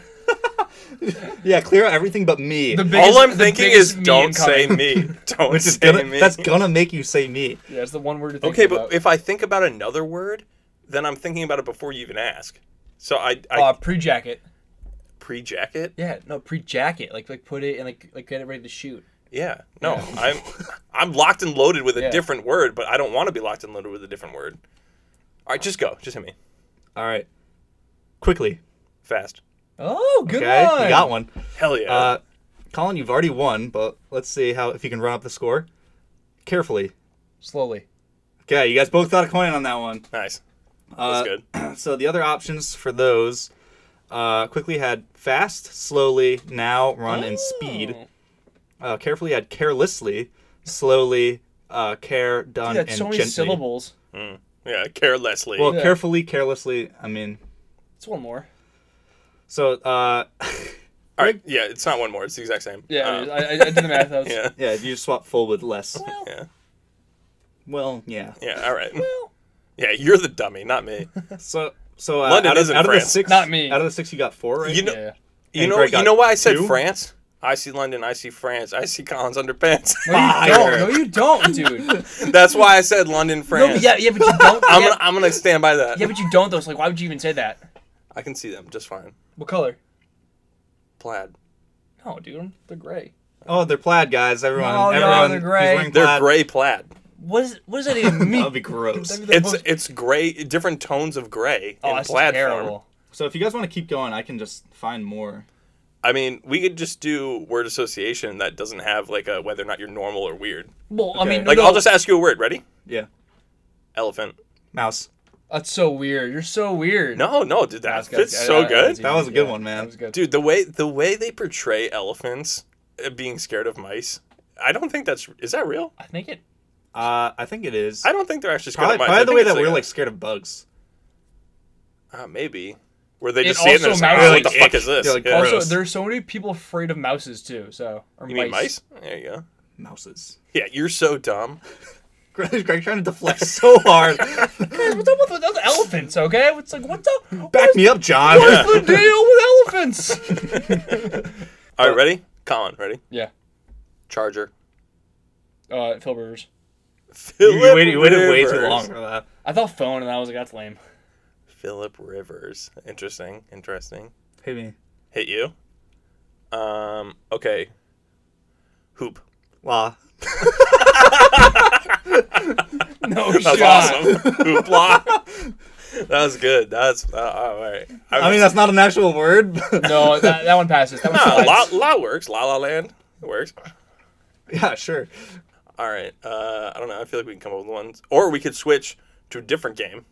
Speaker 1: Yeah, clear out everything but me.
Speaker 3: The biggest-
Speaker 2: all I'm
Speaker 3: the
Speaker 2: thinking
Speaker 3: biggest
Speaker 2: is
Speaker 3: me
Speaker 2: don't say
Speaker 3: incoming.
Speaker 2: me. Don't
Speaker 1: which
Speaker 2: say
Speaker 1: is gonna,
Speaker 2: me.
Speaker 1: that's gonna make you say me.
Speaker 3: Yeah, it's the one word to think
Speaker 2: okay,
Speaker 3: about.
Speaker 2: but if I think about another word, then I'm thinking about it before you even ask. So I, I
Speaker 3: uh, pre-jacket.
Speaker 2: pre-jacket.
Speaker 3: Yeah, no, pre-jacket. Like, like put it and like, like get it ready to shoot.
Speaker 2: Yeah. No, I'm I'm locked and loaded with a
Speaker 3: Yeah.
Speaker 2: different word, but I don't want to be locked and loaded with a different word. All right, just go. Just hit me
Speaker 1: All right, quickly.
Speaker 2: fast.
Speaker 3: Oh, good
Speaker 1: Okay,
Speaker 3: one.
Speaker 1: you got one.
Speaker 2: Hell yeah.
Speaker 1: Uh, Colin, you've already won, but let's see how if you can run up the score carefully.
Speaker 3: Slowly.
Speaker 1: Okay, you guys both got a coin on that one.
Speaker 2: nice.
Speaker 1: Uh,
Speaker 2: That's good.
Speaker 1: So the other options for those uh, quickly had fast, slowly, now, run, and speed.
Speaker 3: Oh.
Speaker 1: Uh, carefully had carelessly, slowly, uh, care, done,
Speaker 3: Dude, that's
Speaker 1: and
Speaker 3: so many
Speaker 1: gently.
Speaker 3: syllables.
Speaker 2: Yeah, carelessly.
Speaker 1: Well,
Speaker 3: Yeah.
Speaker 1: carefully, carelessly. I mean,
Speaker 3: It's one more.
Speaker 1: so uh,
Speaker 2: All right. Yeah, it's not one more. It's the exact same.
Speaker 3: Yeah,
Speaker 2: Uh,
Speaker 3: it is. I, I, I did the math. That was,
Speaker 2: yeah.
Speaker 1: yeah, you just swap full with less.
Speaker 3: Well,
Speaker 2: Yeah.
Speaker 1: Well, yeah.
Speaker 2: Yeah. All right.
Speaker 3: well,
Speaker 2: Yeah, you're the dummy, not me.
Speaker 1: So so uh,
Speaker 2: London
Speaker 1: out of,
Speaker 2: isn't
Speaker 1: out of the
Speaker 2: France.
Speaker 1: six,
Speaker 3: Not me.
Speaker 1: Out of the six, you got four, right?
Speaker 2: You know,
Speaker 3: yeah.
Speaker 2: you
Speaker 1: And
Speaker 2: know,
Speaker 1: Greg
Speaker 2: you
Speaker 1: got
Speaker 2: know why I said
Speaker 1: two?
Speaker 2: France? I see London. I see France. I see Collins underpants.
Speaker 3: No, you
Speaker 1: Fire.
Speaker 3: don't. No, you don't, dude. no,
Speaker 2: That's why I said London, France.
Speaker 3: but yeah, yeah, but you don't.
Speaker 2: I'm
Speaker 3: yeah,
Speaker 2: gonna, I'm gonna stand by that.
Speaker 3: yeah, but you don't. Though, so like, why would you even say that?
Speaker 2: I can see them just fine.
Speaker 3: What color?
Speaker 2: Plaid.
Speaker 3: No, dude, they're gray.
Speaker 1: Oh, they're plaid guys. Everyone,
Speaker 3: No, no,
Speaker 1: everyone
Speaker 3: Oh, they're
Speaker 1: who's
Speaker 3: gray.
Speaker 1: wearing
Speaker 2: They're
Speaker 1: plaid.
Speaker 2: gray plaid.
Speaker 3: What is? What does that even
Speaker 1: That would
Speaker 3: mean?
Speaker 1: be gross.
Speaker 3: That'd be the
Speaker 2: It's
Speaker 3: most-
Speaker 2: it's gray. Different tones of gray
Speaker 3: oh,
Speaker 2: in
Speaker 3: that's
Speaker 2: plaid form.
Speaker 3: terrible.
Speaker 1: So if you guys want to keep going, I can just find more.
Speaker 2: I mean, we could just do word association that doesn't have like a whether or not you're normal or weird.
Speaker 3: Well, I
Speaker 1: Okay.
Speaker 3: mean,
Speaker 2: Like
Speaker 3: no,
Speaker 2: I'll just ask you a word. Ready?
Speaker 1: Yeah,
Speaker 2: Elephant.
Speaker 1: mouse.
Speaker 3: that's so weird. You're so weird.
Speaker 2: No, no, dude, that
Speaker 3: That's good.
Speaker 2: fits
Speaker 3: Yeah,
Speaker 2: so
Speaker 3: yeah,
Speaker 2: good.
Speaker 1: That was a good
Speaker 3: yeah,
Speaker 1: one, man.
Speaker 3: That was good.
Speaker 2: dude the way the way they portray elephants uh, being scared of mice i don't think that's is that real
Speaker 3: I think it.
Speaker 1: Uh, I think it is.
Speaker 2: i don't think they're actually scared
Speaker 1: probably
Speaker 2: of mice
Speaker 1: probably the
Speaker 2: I think
Speaker 1: way
Speaker 2: it's
Speaker 1: that we're
Speaker 2: a-
Speaker 1: like scared of bugs.
Speaker 2: uh, maybe where they
Speaker 3: It
Speaker 2: just see it and they're
Speaker 3: also
Speaker 2: just like,
Speaker 3: matters,
Speaker 2: "Oh, what
Speaker 1: like,
Speaker 2: the fuck
Speaker 1: ick.
Speaker 2: is this
Speaker 1: They're like,
Speaker 2: Yeah.
Speaker 1: gross.
Speaker 3: Also, there's so many people afraid of mouses too. So or
Speaker 2: you mean mice there you go
Speaker 1: Mouses.
Speaker 2: yeah you're so dumb
Speaker 1: Greg Greg trying to deflect so hard.
Speaker 3: Guys, what's up with those elephants? Okay, it's like what's up?
Speaker 1: Back me up, John.
Speaker 3: What's the deal with elephants?
Speaker 2: all right ready colin ready
Speaker 3: yeah,
Speaker 2: charger
Speaker 3: uh, Phil Rivers.
Speaker 1: You, you waited, you waited way too
Speaker 2: Rivers.
Speaker 1: long for that.
Speaker 3: I thought phone, and I was like, that's lame.
Speaker 2: philip rivers interesting interesting
Speaker 1: Hit me.
Speaker 2: hit you um okay hoop
Speaker 1: Wow. Oh,
Speaker 3: No
Speaker 2: That's
Speaker 3: shot.
Speaker 2: awesome. Hoopla. That was good. That's uh, all right.
Speaker 1: I mean, that's not an actual word. but-
Speaker 3: No, that, that one passes. That one
Speaker 2: no,
Speaker 3: slides.
Speaker 2: La La works. La La Land works.
Speaker 1: yeah, sure.
Speaker 2: All right. Uh, I don't know. I feel like we can come up with ones, or we could switch to a different game.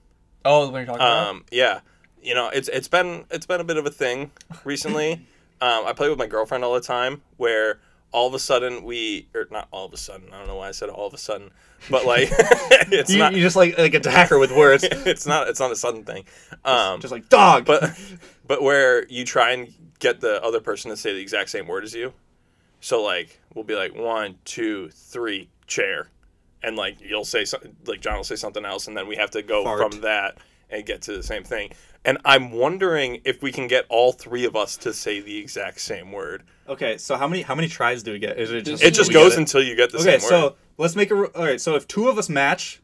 Speaker 3: Oh, the one you're talking about.
Speaker 2: Um, yeah. You know, it's it's been it's been a bit of a thing recently. um, I play with my girlfriend all the time, where all of a sudden we, or not all of a sudden. I don't know why I said all of a sudden, but like it's
Speaker 1: You,
Speaker 2: not
Speaker 1: you just like like attack her with words,
Speaker 2: it's not it's not a sudden thing. Um,
Speaker 1: just like dog.
Speaker 2: but but where you try and get the other person to say the exact same word as you. So like we'll be like one, two, three, chair, and like you'll say something, like John will say something else, and then we have to go
Speaker 1: Fart.
Speaker 2: from that and get to the same thing. And I'm wondering if we can get all three of us to say the exact same word.
Speaker 1: Okay, so how many how many tries do we get? Is it just
Speaker 2: It just
Speaker 1: we get
Speaker 2: goes
Speaker 1: it?
Speaker 2: until you get the
Speaker 1: Okay,
Speaker 2: same word.
Speaker 1: so let's make a. ru- All right, so if two of us match,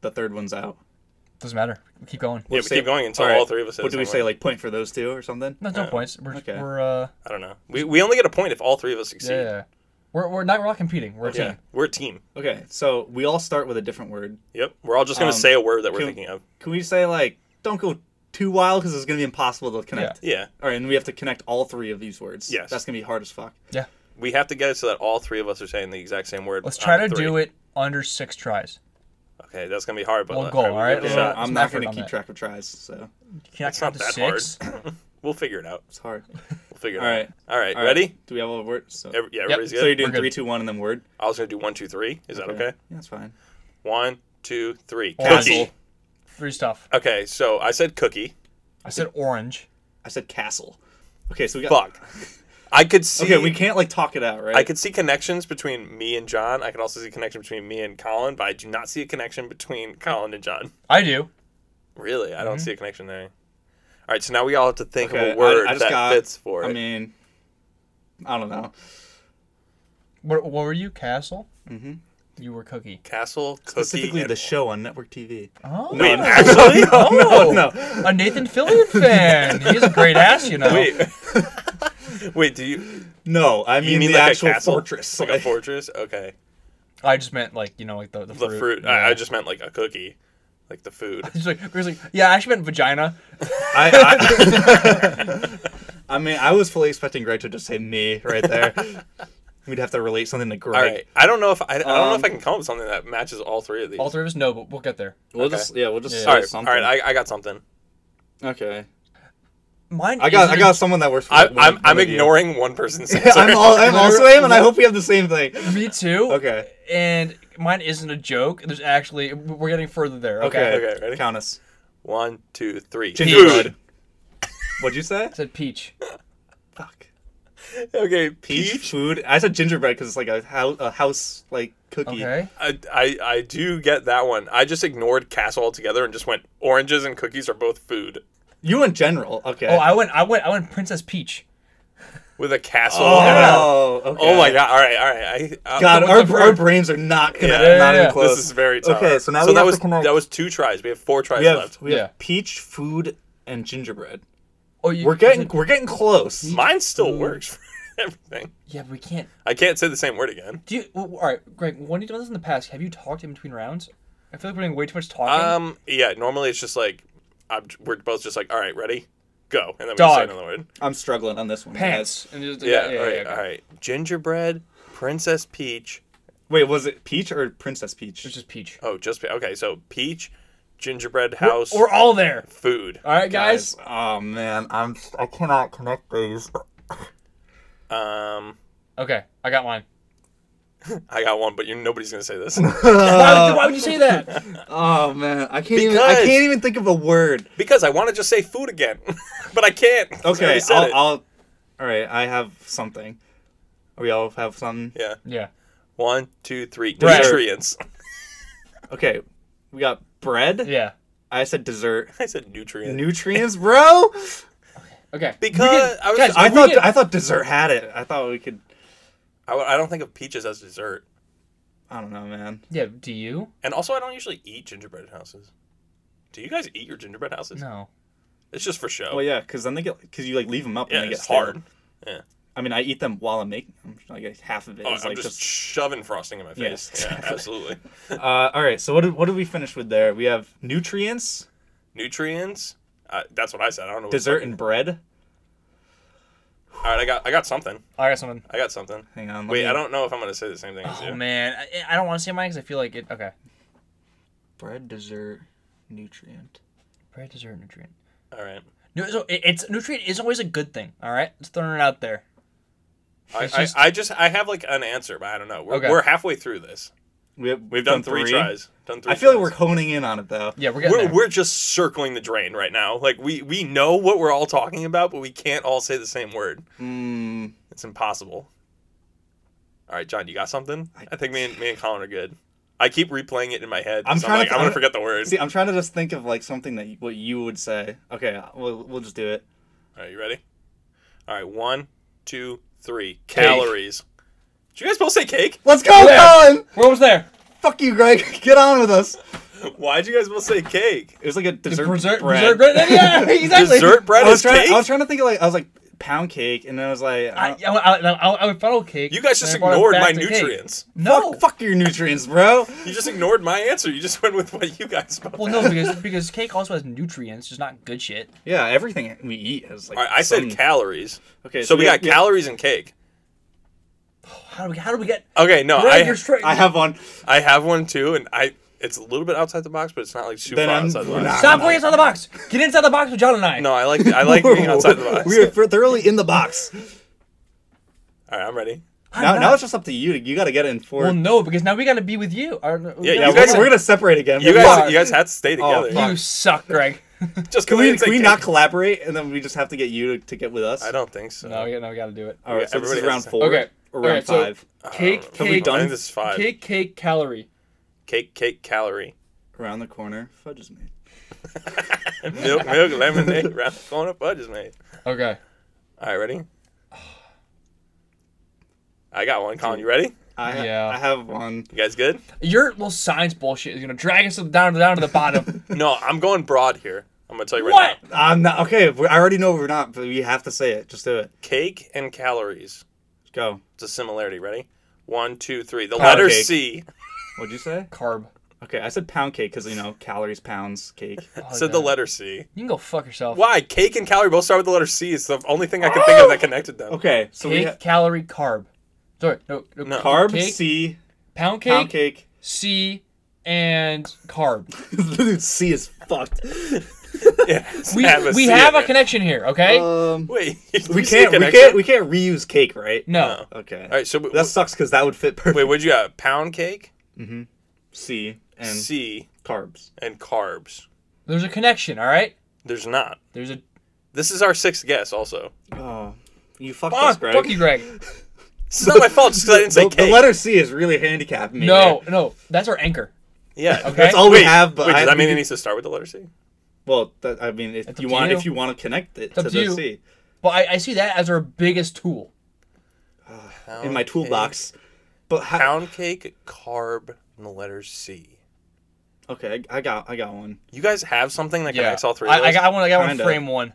Speaker 1: the third one's out.
Speaker 3: Doesn't matter. Keep going.
Speaker 2: yeah, we
Speaker 1: say-
Speaker 2: keep going until
Speaker 1: alright.
Speaker 2: all three of us. say
Speaker 1: What
Speaker 2: the
Speaker 1: do we
Speaker 2: same
Speaker 1: say?
Speaker 2: one.
Speaker 1: Like point for those two or something?
Speaker 3: No, no points. We're
Speaker 1: okay.
Speaker 3: we're uh
Speaker 2: I don't know. We, we only get a point if all three of us
Speaker 3: yeah,
Speaker 2: succeed.
Speaker 3: yeah, yeah. We're we're not we're not competing. We're a
Speaker 2: Yeah,
Speaker 3: team.
Speaker 2: we're a team.
Speaker 1: Okay, so we all start with a different word.
Speaker 2: Yep, we're all just gonna
Speaker 1: Um,
Speaker 2: say a word that we're
Speaker 1: can-
Speaker 2: thinking of.
Speaker 1: Can we say like don't go too wild because it's gonna be impossible to connect?
Speaker 2: Yeah,
Speaker 1: All right, and we have to connect all three of these words.
Speaker 2: Yes.
Speaker 1: that's gonna be hard as fuck.
Speaker 3: Yeah.
Speaker 2: we have to get it so that all three of us are saying the exact same word.
Speaker 3: Let's try to do it under six tries.
Speaker 2: Okay, that's gonna be hard, but
Speaker 3: One
Speaker 2: uh,
Speaker 3: goal,
Speaker 2: we'll
Speaker 3: alright?
Speaker 2: give it a
Speaker 3: Yeah.
Speaker 2: shot.
Speaker 1: I'm
Speaker 3: some
Speaker 1: not
Speaker 3: effort
Speaker 1: gonna
Speaker 3: on
Speaker 1: keep
Speaker 3: that.
Speaker 1: track of tries, so
Speaker 3: Can I
Speaker 2: It's
Speaker 3: count
Speaker 2: not
Speaker 3: to
Speaker 2: that
Speaker 3: six?
Speaker 2: hard. we'll figure it out.
Speaker 1: it's hard.
Speaker 2: We'll figure it
Speaker 1: All right.
Speaker 2: out. All right,
Speaker 1: All right.
Speaker 2: ready?
Speaker 1: Do we have all the words? So,
Speaker 2: Every, yeah, everybody's
Speaker 1: so
Speaker 2: good.
Speaker 1: you're doing
Speaker 3: We're good.
Speaker 1: three, two, one, and then word.
Speaker 2: I was gonna do one, two, three. Is that okay?
Speaker 1: Yeah, that's fine.
Speaker 2: One, two, three.
Speaker 3: Orange.
Speaker 2: Cookie.
Speaker 3: Three stuff.
Speaker 2: Okay, so I said cookie.
Speaker 3: I said orange.
Speaker 1: I said castle. Okay, so we got.
Speaker 2: Fuck. I could see.
Speaker 1: Okay, we can't like talk it out, right?
Speaker 2: I could see connections between me and John. I could also see connection between me and Colin, but I do not see a connection between Colin and John.
Speaker 3: I do.
Speaker 2: Really, I don't see a connection there. All right, so now we all have to think
Speaker 1: Okay,
Speaker 2: of a word
Speaker 1: I- I just
Speaker 2: that
Speaker 1: got-
Speaker 2: fits for it.
Speaker 1: I mean, I don't know.
Speaker 3: What, what were you? Castle. Mm-hmm. You were cookie.
Speaker 2: Castle, cookie,
Speaker 1: Specifically,
Speaker 2: and-
Speaker 1: the show on network TV.
Speaker 3: Oh.
Speaker 2: Wait,
Speaker 1: no,
Speaker 2: actually,
Speaker 1: Oh no!
Speaker 3: A Nathan Fillion fan. He's a great ass, you know.
Speaker 2: wait, wait. Do you
Speaker 1: No, I mean,
Speaker 2: you mean
Speaker 1: the
Speaker 2: like
Speaker 1: actual
Speaker 2: a castle?
Speaker 1: fortress.
Speaker 2: like a
Speaker 1: like-
Speaker 2: fortress? Okay,
Speaker 3: I just meant like you know like the
Speaker 2: the
Speaker 3: the fruit.
Speaker 2: fruit.
Speaker 3: yeah.
Speaker 2: I, I just meant like a cookie, like the food.
Speaker 3: He's like, he's like, yeah, I actually meant vagina.
Speaker 1: I, I, I mean, I was fully expecting Greg to just say me right there. We'd have to relate something to Greg.
Speaker 2: All right, I don't know if I, I don't know if
Speaker 1: Um,
Speaker 2: I can come up with something that matches all three of these.
Speaker 3: All three of us know, but we'll get there.
Speaker 1: We'll
Speaker 2: Okay.
Speaker 1: just yeah, we'll just
Speaker 3: Yeah.
Speaker 1: say
Speaker 2: all right,
Speaker 1: something.
Speaker 2: all right. I, I got something.
Speaker 1: okay.
Speaker 3: Mine.
Speaker 1: I got I
Speaker 3: isn't-
Speaker 1: got someone that works. For
Speaker 2: I,
Speaker 1: one-
Speaker 2: I'm
Speaker 1: one
Speaker 2: I'm
Speaker 1: of you.
Speaker 2: ignoring one person's answer.
Speaker 1: Yeah, I'm, all, I'm also him, and I hope we have the same thing.
Speaker 3: Me too.
Speaker 1: Okay.
Speaker 3: And mine isn't a joke. There's actually we're getting further there. Okay.
Speaker 1: Okay,
Speaker 2: Okay, ready?
Speaker 1: Count us.
Speaker 2: One, two, three.
Speaker 1: Gingerbread. What'd you say?
Speaker 3: I said peach.
Speaker 1: Fuck.
Speaker 2: Food. Okay,
Speaker 1: Peach
Speaker 2: peach.
Speaker 1: food. I said gingerbread because it's like a house, a house like cookie.
Speaker 3: Okay.
Speaker 2: I, I I do get that one. I just ignored castle altogether and just went oranges and cookies are both food
Speaker 1: You in general. Okay.
Speaker 3: Oh, I went. I went. I went. Princess Peach.
Speaker 2: with a castle.
Speaker 1: Oh, okay.
Speaker 2: Oh my god! All right, all right. I, I,
Speaker 1: God,
Speaker 3: Come with
Speaker 1: our,
Speaker 3: the
Speaker 1: our
Speaker 3: fruit.
Speaker 1: brains are not gonna
Speaker 2: Yeah,
Speaker 1: not
Speaker 3: yeah, yeah.
Speaker 1: even close.
Speaker 2: This is very tough.
Speaker 1: Okay, so now we
Speaker 2: that
Speaker 1: have
Speaker 2: was
Speaker 1: to connect-
Speaker 2: that was two tries. We have four tries
Speaker 1: we have
Speaker 2: left.
Speaker 1: we have
Speaker 3: Yeah.
Speaker 1: peach food and gingerbread.
Speaker 3: Oh, you,
Speaker 1: We're getting we're getting close.
Speaker 2: Mine still works for everything.
Speaker 3: Yeah, but we can't.
Speaker 2: I can't say the same word again.
Speaker 3: Do you? Well, all right, Greg. When you've done this in the past, have you talked in between rounds? I feel like we're doing way too much talking.
Speaker 2: Um, yeah. Normally it's just like I'm, we're both just like, all right, ready, go, and then we say
Speaker 3: Dog.
Speaker 2: another word.
Speaker 1: I'm struggling on this one.
Speaker 3: Pants. And just,
Speaker 2: Yeah. all right.
Speaker 3: okay.
Speaker 2: All right. Gingerbread, Princess Peach.
Speaker 1: guys. Wait, was it peach or princess peach?
Speaker 3: It's just peach.
Speaker 2: Oh, just okay. So peach, gingerbread house,
Speaker 3: We're all there.
Speaker 2: food.
Speaker 3: All right, guys.
Speaker 1: Oh man, I'm I cannot connect these.
Speaker 2: Um,
Speaker 3: Okay, I got mine.
Speaker 2: I got one, but you nobody's gonna say this
Speaker 3: why, would, why would you say that?
Speaker 1: Oh man, I can't even I
Speaker 2: Because-
Speaker 1: can't even think of a word.
Speaker 2: because I want to just say food again, but I can't. 'cause I
Speaker 1: Okay,
Speaker 2: already said
Speaker 1: I'll,
Speaker 2: it.
Speaker 1: I'll. All right, I have something. We all have something.
Speaker 2: yeah.
Speaker 3: yeah.
Speaker 2: One, two, three.
Speaker 1: Bread.
Speaker 2: Nutrients.
Speaker 1: Okay, we got bread.
Speaker 3: Yeah.
Speaker 1: I said dessert.
Speaker 2: I said nutrients.
Speaker 1: Nutrients, bro.
Speaker 3: Okay.
Speaker 2: because I, was,
Speaker 3: guys,
Speaker 2: I,
Speaker 1: I
Speaker 3: We
Speaker 1: thought
Speaker 3: get-
Speaker 1: I thought dessert had it. I thought we could.
Speaker 2: w- I don't think of peaches as dessert,
Speaker 1: I don't know, man.
Speaker 3: Yeah. Do you?
Speaker 2: and also I don't usually eat gingerbread houses. Do you guys eat your gingerbread houses?
Speaker 3: No.
Speaker 2: It's just for show.
Speaker 1: Well, yeah, because then they get because you like leave them up
Speaker 2: Oh. yeah,
Speaker 1: and they
Speaker 2: it's
Speaker 1: get stale.
Speaker 2: hard. Yeah.
Speaker 1: I mean, I eat them while I'm making them. Like I- half of it
Speaker 2: Oh,
Speaker 1: is
Speaker 2: I'm
Speaker 1: like
Speaker 2: just,
Speaker 1: just.
Speaker 2: shoving frosting in my face.
Speaker 1: Yes.
Speaker 2: Yeah, absolutely.
Speaker 1: Uh, all right, so what did, what did we finish with there? We have nutrients,
Speaker 2: nutrients. Uh, that's what I said. I don't know. what-
Speaker 1: dessert, and bread.
Speaker 2: All right, I got I got something.
Speaker 3: I got something.
Speaker 2: I got something.
Speaker 1: Hang on. let
Speaker 2: Wait,
Speaker 1: me-
Speaker 2: I don't know if I'm gonna say the same thing as
Speaker 3: Oh
Speaker 2: you.
Speaker 3: man, I, I don't want to say mine because I feel like it. Okay.
Speaker 1: Bread, dessert, nutrient.
Speaker 3: Bread, dessert, nutrient.
Speaker 2: All right.
Speaker 3: No, so it, it's nutrient is always a good thing. All right, just throwing it out there.
Speaker 2: I,
Speaker 3: It's
Speaker 2: I-
Speaker 3: just-
Speaker 2: I, just I have like an answer, but I don't know. We're,
Speaker 3: Okay.
Speaker 2: we're halfway through this.
Speaker 1: We have,
Speaker 2: We've done, three, tries. Done three.
Speaker 1: I feel like
Speaker 2: tries.
Speaker 1: we're honing in on it though.
Speaker 3: Yeah, we're getting
Speaker 2: we're,
Speaker 3: there.
Speaker 2: we're just circling the drain right now. Like we we know what we're all talking about, but we can't all say the same word.
Speaker 1: Mm,
Speaker 2: It's impossible. All right, John, you got something? I,
Speaker 1: I-
Speaker 2: think me and me and Colin are good. I keep replaying it in my head.
Speaker 1: I'm
Speaker 2: I'm, so I'm
Speaker 1: trying
Speaker 2: like,
Speaker 1: to-
Speaker 2: I'm gonna
Speaker 1: I'm-
Speaker 2: forget the word.
Speaker 1: see, I'm trying to just think of like something that you, what you would say. Okay, we'll we'll just do it.
Speaker 2: All right, you ready? All right, one, two, three. Calories. Did you guys both say cake?
Speaker 1: Let's go,
Speaker 3: Yeah.
Speaker 1: Colin.
Speaker 3: We're almost there.
Speaker 1: Fuck you, Greg. Get on with us.
Speaker 2: Why'd you guys both say cake?
Speaker 1: It was like a dessert
Speaker 3: Berserk,
Speaker 1: bread.
Speaker 3: Berserk bread. Yeah, exactly.
Speaker 2: Dessert bread
Speaker 1: I was
Speaker 2: is
Speaker 1: trying.
Speaker 2: cake.
Speaker 1: I was trying to think of like I was like pound cake, and then I was like, I
Speaker 3: I,
Speaker 1: don't-
Speaker 3: I, I, I, I would funnel cake.
Speaker 2: you guys
Speaker 3: and
Speaker 2: just
Speaker 3: I brought it
Speaker 2: ignored
Speaker 3: back
Speaker 2: my
Speaker 3: to cake.
Speaker 2: nutrients.
Speaker 3: No.
Speaker 1: fuck, fuck your nutrients, bro.
Speaker 2: You just ignored my answer. You just went with what you guys both.
Speaker 3: Well, no, because because cake also has nutrients, just not good shit.
Speaker 1: Yeah, everything we eat has like.
Speaker 2: All right, I
Speaker 1: some-
Speaker 2: said calories.
Speaker 1: Okay,
Speaker 2: so we got
Speaker 1: yeah,
Speaker 2: calories and cake.
Speaker 3: How do we how do we get?
Speaker 2: Okay, no,
Speaker 3: Greg,
Speaker 2: I
Speaker 3: you're straight.
Speaker 1: I have one.
Speaker 2: I have one too, and I it's a little bit outside the box, but it's not like super
Speaker 1: Then I'm-
Speaker 2: outside the
Speaker 1: we're
Speaker 2: box.
Speaker 1: not-
Speaker 3: Stop going inside the box. Get inside the box with John and I.
Speaker 2: No, I like I like being outside the box.
Speaker 1: We are thoroughly in the box.
Speaker 2: All right, I'm ready.
Speaker 3: I'm
Speaker 1: Now,
Speaker 3: not.
Speaker 1: now it's just up to you. You got to get in for.
Speaker 3: well, no, because now we got to be with you. Or, we
Speaker 2: Yeah,
Speaker 3: gotta
Speaker 1: yeah,
Speaker 2: you
Speaker 1: we're,
Speaker 3: be
Speaker 2: guys-
Speaker 1: gonna-
Speaker 3: with
Speaker 1: we're gonna separate again.
Speaker 2: You
Speaker 1: We're
Speaker 2: guys,
Speaker 1: not-
Speaker 2: you guys had to stay
Speaker 1: Oh,
Speaker 2: together.
Speaker 1: fuck.
Speaker 3: You suck, Greg.
Speaker 2: just
Speaker 1: Can we,
Speaker 2: because
Speaker 1: can we
Speaker 2: cake.
Speaker 1: not collaborate and then we just have to get you to, to get with us?
Speaker 2: I don't think so.
Speaker 3: no, yeah, no, we got to do it.
Speaker 1: All right,
Speaker 2: Yeah,
Speaker 1: so this is
Speaker 2: everybody
Speaker 1: round
Speaker 2: has to-
Speaker 1: four.
Speaker 3: Okay,
Speaker 1: Or
Speaker 3: all
Speaker 1: round
Speaker 3: right, so-
Speaker 1: five.
Speaker 3: Cake,
Speaker 1: Uh, Have we
Speaker 3: cake,
Speaker 1: done?
Speaker 2: Oh, I think this is five. Cake,
Speaker 3: cake, cake, calorie.
Speaker 2: cake, calorie.
Speaker 1: Around the corner, fudge is made.
Speaker 2: Milk, milk, lemonade, round the corner, fudge is made.
Speaker 3: Okay.
Speaker 2: All right, ready? I got one. Colin, you ready?
Speaker 1: I ha-
Speaker 3: Yeah.
Speaker 1: I have one.
Speaker 2: You guys good?
Speaker 3: Your little science bullshit is gonna drag us down down to the bottom.
Speaker 2: No, I'm going broad here. I'm gonna tell you right
Speaker 3: what?
Speaker 2: now.
Speaker 1: I'm not okay. we- I already know we're not, but we have to say it. Just do it.
Speaker 2: Cake and calories.
Speaker 1: Let's go.
Speaker 2: It's a similarity. Ready? One, two, three. The
Speaker 1: Pound
Speaker 2: letter
Speaker 1: cake.
Speaker 2: C.
Speaker 1: What'd you say?
Speaker 3: Carb.
Speaker 1: Okay, I said pound cake because you know calories, pounds, cake.
Speaker 3: Oh,
Speaker 2: Said the
Speaker 3: God.
Speaker 2: letter C.
Speaker 3: You can go fuck yourself.
Speaker 2: Why? Cake and calorie both start with the letter C. It's the only thing I could think of that connected them.
Speaker 1: Okay, so we
Speaker 3: Cake,
Speaker 1: have
Speaker 3: calorie, carb. Sorry, no, no,
Speaker 2: No.
Speaker 1: Oh, carb
Speaker 3: Cake,
Speaker 1: C
Speaker 3: Pound cake,
Speaker 1: pound cake.
Speaker 3: C, and carb.
Speaker 1: Dude, C is fucked.
Speaker 2: Yeah, it's
Speaker 3: We
Speaker 2: have a
Speaker 3: we
Speaker 2: C
Speaker 3: have
Speaker 2: in
Speaker 3: a
Speaker 2: it.
Speaker 3: connection here, okay?
Speaker 1: Um,
Speaker 2: Wait,
Speaker 1: we can't we can't we can't reuse cake, right?
Speaker 3: no.
Speaker 1: Okay.
Speaker 2: All right, so we,
Speaker 1: That sucks because that would fit perfect.
Speaker 2: wait, what'd you got? Pound cake,
Speaker 1: C and
Speaker 2: C,
Speaker 1: carbs.
Speaker 2: and carbs.
Speaker 3: There's a connection, all right?
Speaker 2: There's not.
Speaker 3: There's a
Speaker 2: This is our sixth guess, also.
Speaker 1: Oh, you fucked us,
Speaker 3: fuck,
Speaker 1: Greg.
Speaker 3: fuck you, Greg.
Speaker 2: It's not my fault just because I didn't say
Speaker 1: the, the
Speaker 2: cake.
Speaker 1: letter C is really handicapping me.
Speaker 3: No,
Speaker 1: here.
Speaker 3: no, that's our anchor.
Speaker 2: yeah.
Speaker 3: Okay.
Speaker 1: that's all
Speaker 2: Wait,
Speaker 1: we have. But
Speaker 2: wait, does
Speaker 1: I,
Speaker 2: that mean it needs to start with the letter C?
Speaker 1: Well, that, I mean, if
Speaker 3: It's
Speaker 1: you
Speaker 3: up to
Speaker 1: want,
Speaker 3: you.
Speaker 1: if you want to connect it
Speaker 3: up
Speaker 1: to
Speaker 3: to
Speaker 1: the
Speaker 3: you.
Speaker 1: C
Speaker 3: But I, I see that as our biggest tool.
Speaker 1: in my toolbox, but how,
Speaker 2: Pound cake, carb, and the letter C.
Speaker 1: okay, I I got, I got one.
Speaker 2: You guys have something that
Speaker 3: Yeah.
Speaker 2: connects all three of
Speaker 3: I, I
Speaker 2: those?
Speaker 3: got I want I got one
Speaker 1: Kinda.
Speaker 3: frame one.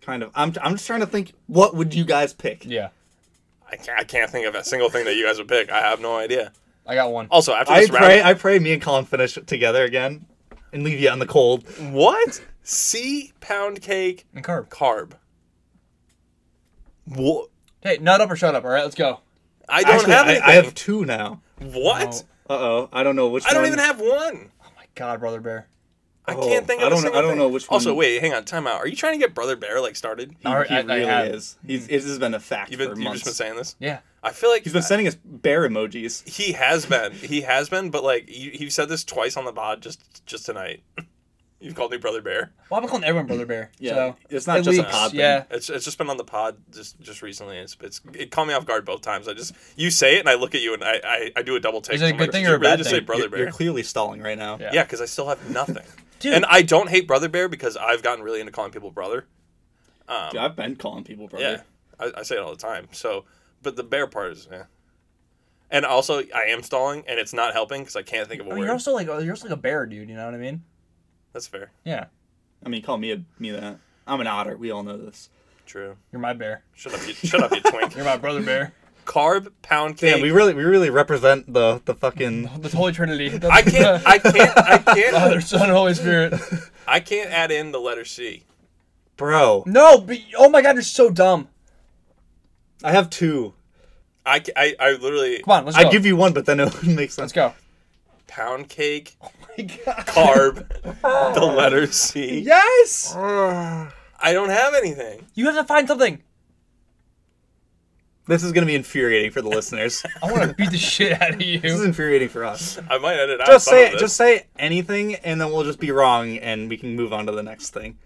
Speaker 1: Kind of. I'm, I'm just trying to think. What would you guys pick?
Speaker 3: Yeah.
Speaker 2: I, can't, I can't think of a single thing that you guys would pick. I have no idea.
Speaker 3: I got one.
Speaker 2: Also, after
Speaker 1: I
Speaker 2: this round,
Speaker 1: pray, I pray, me and Colin finish it together again, and leave you on the cold.
Speaker 2: What? C pound cake
Speaker 3: And carb.
Speaker 2: carb. What?
Speaker 3: Hey, nut up or shut up, all right? Let's go.
Speaker 2: I don't
Speaker 1: Actually,
Speaker 2: have
Speaker 1: I,
Speaker 2: anything.
Speaker 1: I have two now.
Speaker 2: what?
Speaker 1: Uh oh, I don't know which.
Speaker 2: I don't
Speaker 1: one-
Speaker 2: even have one.
Speaker 3: Oh my god, brother bear.
Speaker 2: I
Speaker 1: Oh,
Speaker 2: can't think of
Speaker 1: I
Speaker 2: a
Speaker 1: don't-
Speaker 2: single
Speaker 1: I don't
Speaker 2: thing.
Speaker 1: know which
Speaker 2: Also,
Speaker 1: one-
Speaker 2: wait, hang on. Time out. Are you trying to get Brother Bear like started?
Speaker 1: He,
Speaker 3: All right,
Speaker 1: he
Speaker 3: I- I
Speaker 1: really
Speaker 3: have.
Speaker 1: is. He's, this has been a fact
Speaker 2: You've been,
Speaker 1: for
Speaker 2: you've
Speaker 1: months.
Speaker 2: just been saying this.
Speaker 3: Yeah.
Speaker 2: I feel like
Speaker 1: He's been sending us bear emojis.
Speaker 2: he has been. He has been, but like you, you've said this twice on the pod just just tonight. You've called me Brother Bear.
Speaker 3: Well, I've been calling everyone brother bear.
Speaker 1: Yeah,
Speaker 3: so
Speaker 1: it's not
Speaker 3: it
Speaker 1: just a
Speaker 3: leaks,
Speaker 1: pod thing.
Speaker 3: Yeah.
Speaker 2: It's, it's just been on the pod just just recently. It's, it's it caught me off guard both times. I just you say it and I look at you and I I, I do a double take.
Speaker 3: Is it a
Speaker 2: I'm
Speaker 3: good
Speaker 2: like,
Speaker 3: thing
Speaker 2: "Did
Speaker 3: or
Speaker 2: you
Speaker 3: a
Speaker 2: really
Speaker 3: bad
Speaker 2: just
Speaker 3: thing?"
Speaker 2: say Brother
Speaker 1: You're,
Speaker 2: Bear.
Speaker 1: you're clearly stalling right now.
Speaker 3: Yeah.
Speaker 2: Yeah, because I still have nothing.
Speaker 3: Dude.
Speaker 2: And I don't hate Brother Bear because I've gotten really into calling people brother.
Speaker 1: Dude, I've been calling people brother.
Speaker 2: Um, Yeah, I, I say it all the time. So, but the bear part is, eh. and also I am stalling, and it's not helping because I can't think of a
Speaker 3: I mean,
Speaker 2: word.
Speaker 3: you're also like you're also like a bear, dude. You know what I mean?
Speaker 2: That's fair.
Speaker 3: Yeah.
Speaker 1: I mean, call me a, me that. I'm an otter. We all know this.
Speaker 2: True.
Speaker 3: You're my bear.
Speaker 2: Shut up, you shut up, you twink.
Speaker 3: You're my brother bear.
Speaker 2: Carb pound cake.
Speaker 1: Damn, we really, we really represent the the fucking.
Speaker 3: The Holy Trinity.
Speaker 2: I can't. I can't. I
Speaker 3: Father,
Speaker 2: can't.
Speaker 3: Son, Holy Spirit.
Speaker 2: I can't add in the letter C.
Speaker 1: Bro,
Speaker 3: No, but, oh my God, you're so dumb.
Speaker 1: I have two.
Speaker 2: I, ca- I, I literally
Speaker 3: Come on, let's go.
Speaker 1: I give you one, but then it wouldn't make
Speaker 3: Let's
Speaker 1: sense.
Speaker 3: go.
Speaker 2: pound cake
Speaker 3: Oh God.
Speaker 2: carb the letter C.
Speaker 3: Yes.
Speaker 2: I don't have anything.
Speaker 3: You have to find something.
Speaker 1: This is gonna be infuriating for the listeners.
Speaker 3: I want to beat the shit out of
Speaker 1: this is
Speaker 3: you.
Speaker 1: infuriating for us.
Speaker 2: I might edit out.
Speaker 1: Just
Speaker 2: some
Speaker 1: say
Speaker 2: of
Speaker 1: it.
Speaker 2: this.
Speaker 1: Just say anything, and then we'll just be wrong, and we can move on to the next thing.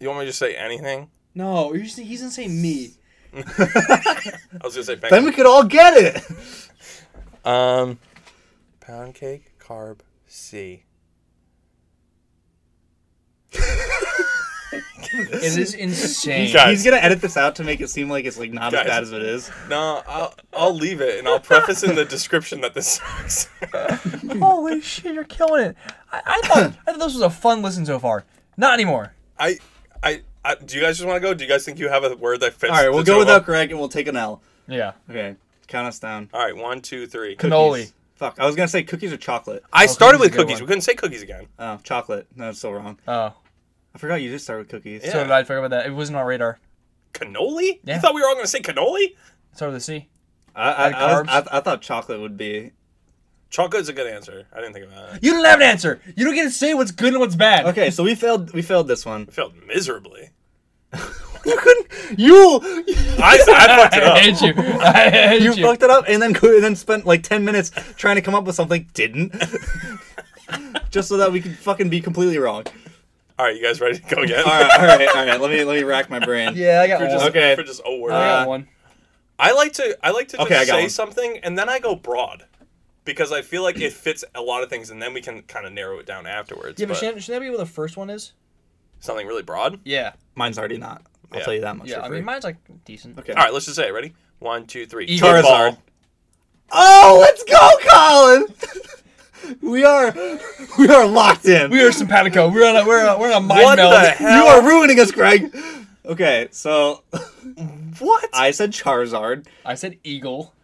Speaker 2: You want me to just say anything?
Speaker 3: No, you're just, he's gonna say me.
Speaker 2: I was gonna say
Speaker 1: Then we could all get it.
Speaker 2: Um, pound cake, carb, C.
Speaker 3: It is insane.
Speaker 2: Guys.
Speaker 1: He's gonna edit this out to make it seem like it's like not
Speaker 2: Guys.
Speaker 1: as bad as it is.
Speaker 2: No, I'll, I'll leave it and I'll preface in the description that this sucks.
Speaker 3: Holy shit, you're killing it. I, I thought I thought this was a fun listen so far. Not anymore.
Speaker 2: I, I, I, do you guys just want to go? Do you guys think you have a word that fits?
Speaker 1: All right, we'll
Speaker 2: the
Speaker 1: go
Speaker 2: two of
Speaker 1: without
Speaker 2: them?
Speaker 1: Greg and we'll take an L.
Speaker 3: Yeah.
Speaker 1: Okay, count us down.
Speaker 2: All right, one, two, three.
Speaker 3: Cookies. Cannoli.
Speaker 1: Fuck, I was gonna say cookies or chocolate.
Speaker 2: I
Speaker 3: Oh,
Speaker 2: started
Speaker 3: cookies
Speaker 2: with
Speaker 3: is a good
Speaker 2: cookies.
Speaker 3: one.
Speaker 2: We couldn't say cookies again.
Speaker 1: Oh, chocolate. No, that's so wrong.
Speaker 3: Oh.
Speaker 1: I forgot you did start with cookies.
Speaker 2: Yeah.
Speaker 3: So did I forget about that. It wasn't on our radar.
Speaker 2: Cannoli?
Speaker 3: Yeah.
Speaker 2: You thought we were all going to say cannoli?
Speaker 3: It's over the sea.
Speaker 1: I, I,
Speaker 3: Add
Speaker 1: I, was-
Speaker 3: carbs.
Speaker 1: I, I thought chocolate would be.
Speaker 2: Chocolate a good answer. I didn't think about that.
Speaker 3: You don't have an answer. You don't get to say what's good and what's bad.
Speaker 1: Okay, so we failed. We failed this one.
Speaker 2: I failed miserably.
Speaker 1: You couldn't. You.
Speaker 2: I, I fucked it
Speaker 3: I
Speaker 2: up.
Speaker 3: hate you. I hate you.
Speaker 1: You fucked it up, and then and then spent like ten minutes trying to come up with something. Didn't. Just so that we could fucking be completely wrong.
Speaker 2: All right, you guys ready to go again?
Speaker 1: All right, all right, all right. Let me let me rack my brain.
Speaker 3: Yeah, I got
Speaker 2: For
Speaker 3: one.
Speaker 2: just,
Speaker 1: Okay.
Speaker 2: For just a word.
Speaker 3: I got
Speaker 1: Uh,
Speaker 3: one.
Speaker 2: I like to I like to just
Speaker 1: Okay, I got
Speaker 2: say
Speaker 1: one.
Speaker 2: something and then I go broad because I feel like it fits a lot of things and then we can kind of narrow it down afterwards.
Speaker 3: Yeah, but
Speaker 2: but
Speaker 3: shouldn't, shouldn't that be what the first one is?
Speaker 2: something really broad.
Speaker 3: Yeah.
Speaker 1: Mine's already not. I'll
Speaker 2: Yeah.
Speaker 1: tell you that much.
Speaker 3: Yeah,
Speaker 1: for
Speaker 3: I
Speaker 1: free.
Speaker 3: mean, mine's like decent.
Speaker 1: Okay.
Speaker 2: All right, let's just say it. Ready? One, two, three.
Speaker 3: Eat
Speaker 2: Football.
Speaker 1: Charizard. Oh, let's go, Colin. we are we are locked in.
Speaker 3: We are simpatico. We're on a we're on a, we're on a mind
Speaker 2: What
Speaker 3: meld.
Speaker 2: the
Speaker 1: you
Speaker 2: hell?
Speaker 1: are ruining us, Greg. Okay, so
Speaker 2: What? I,
Speaker 1: I said Charizard.
Speaker 3: I said eagle.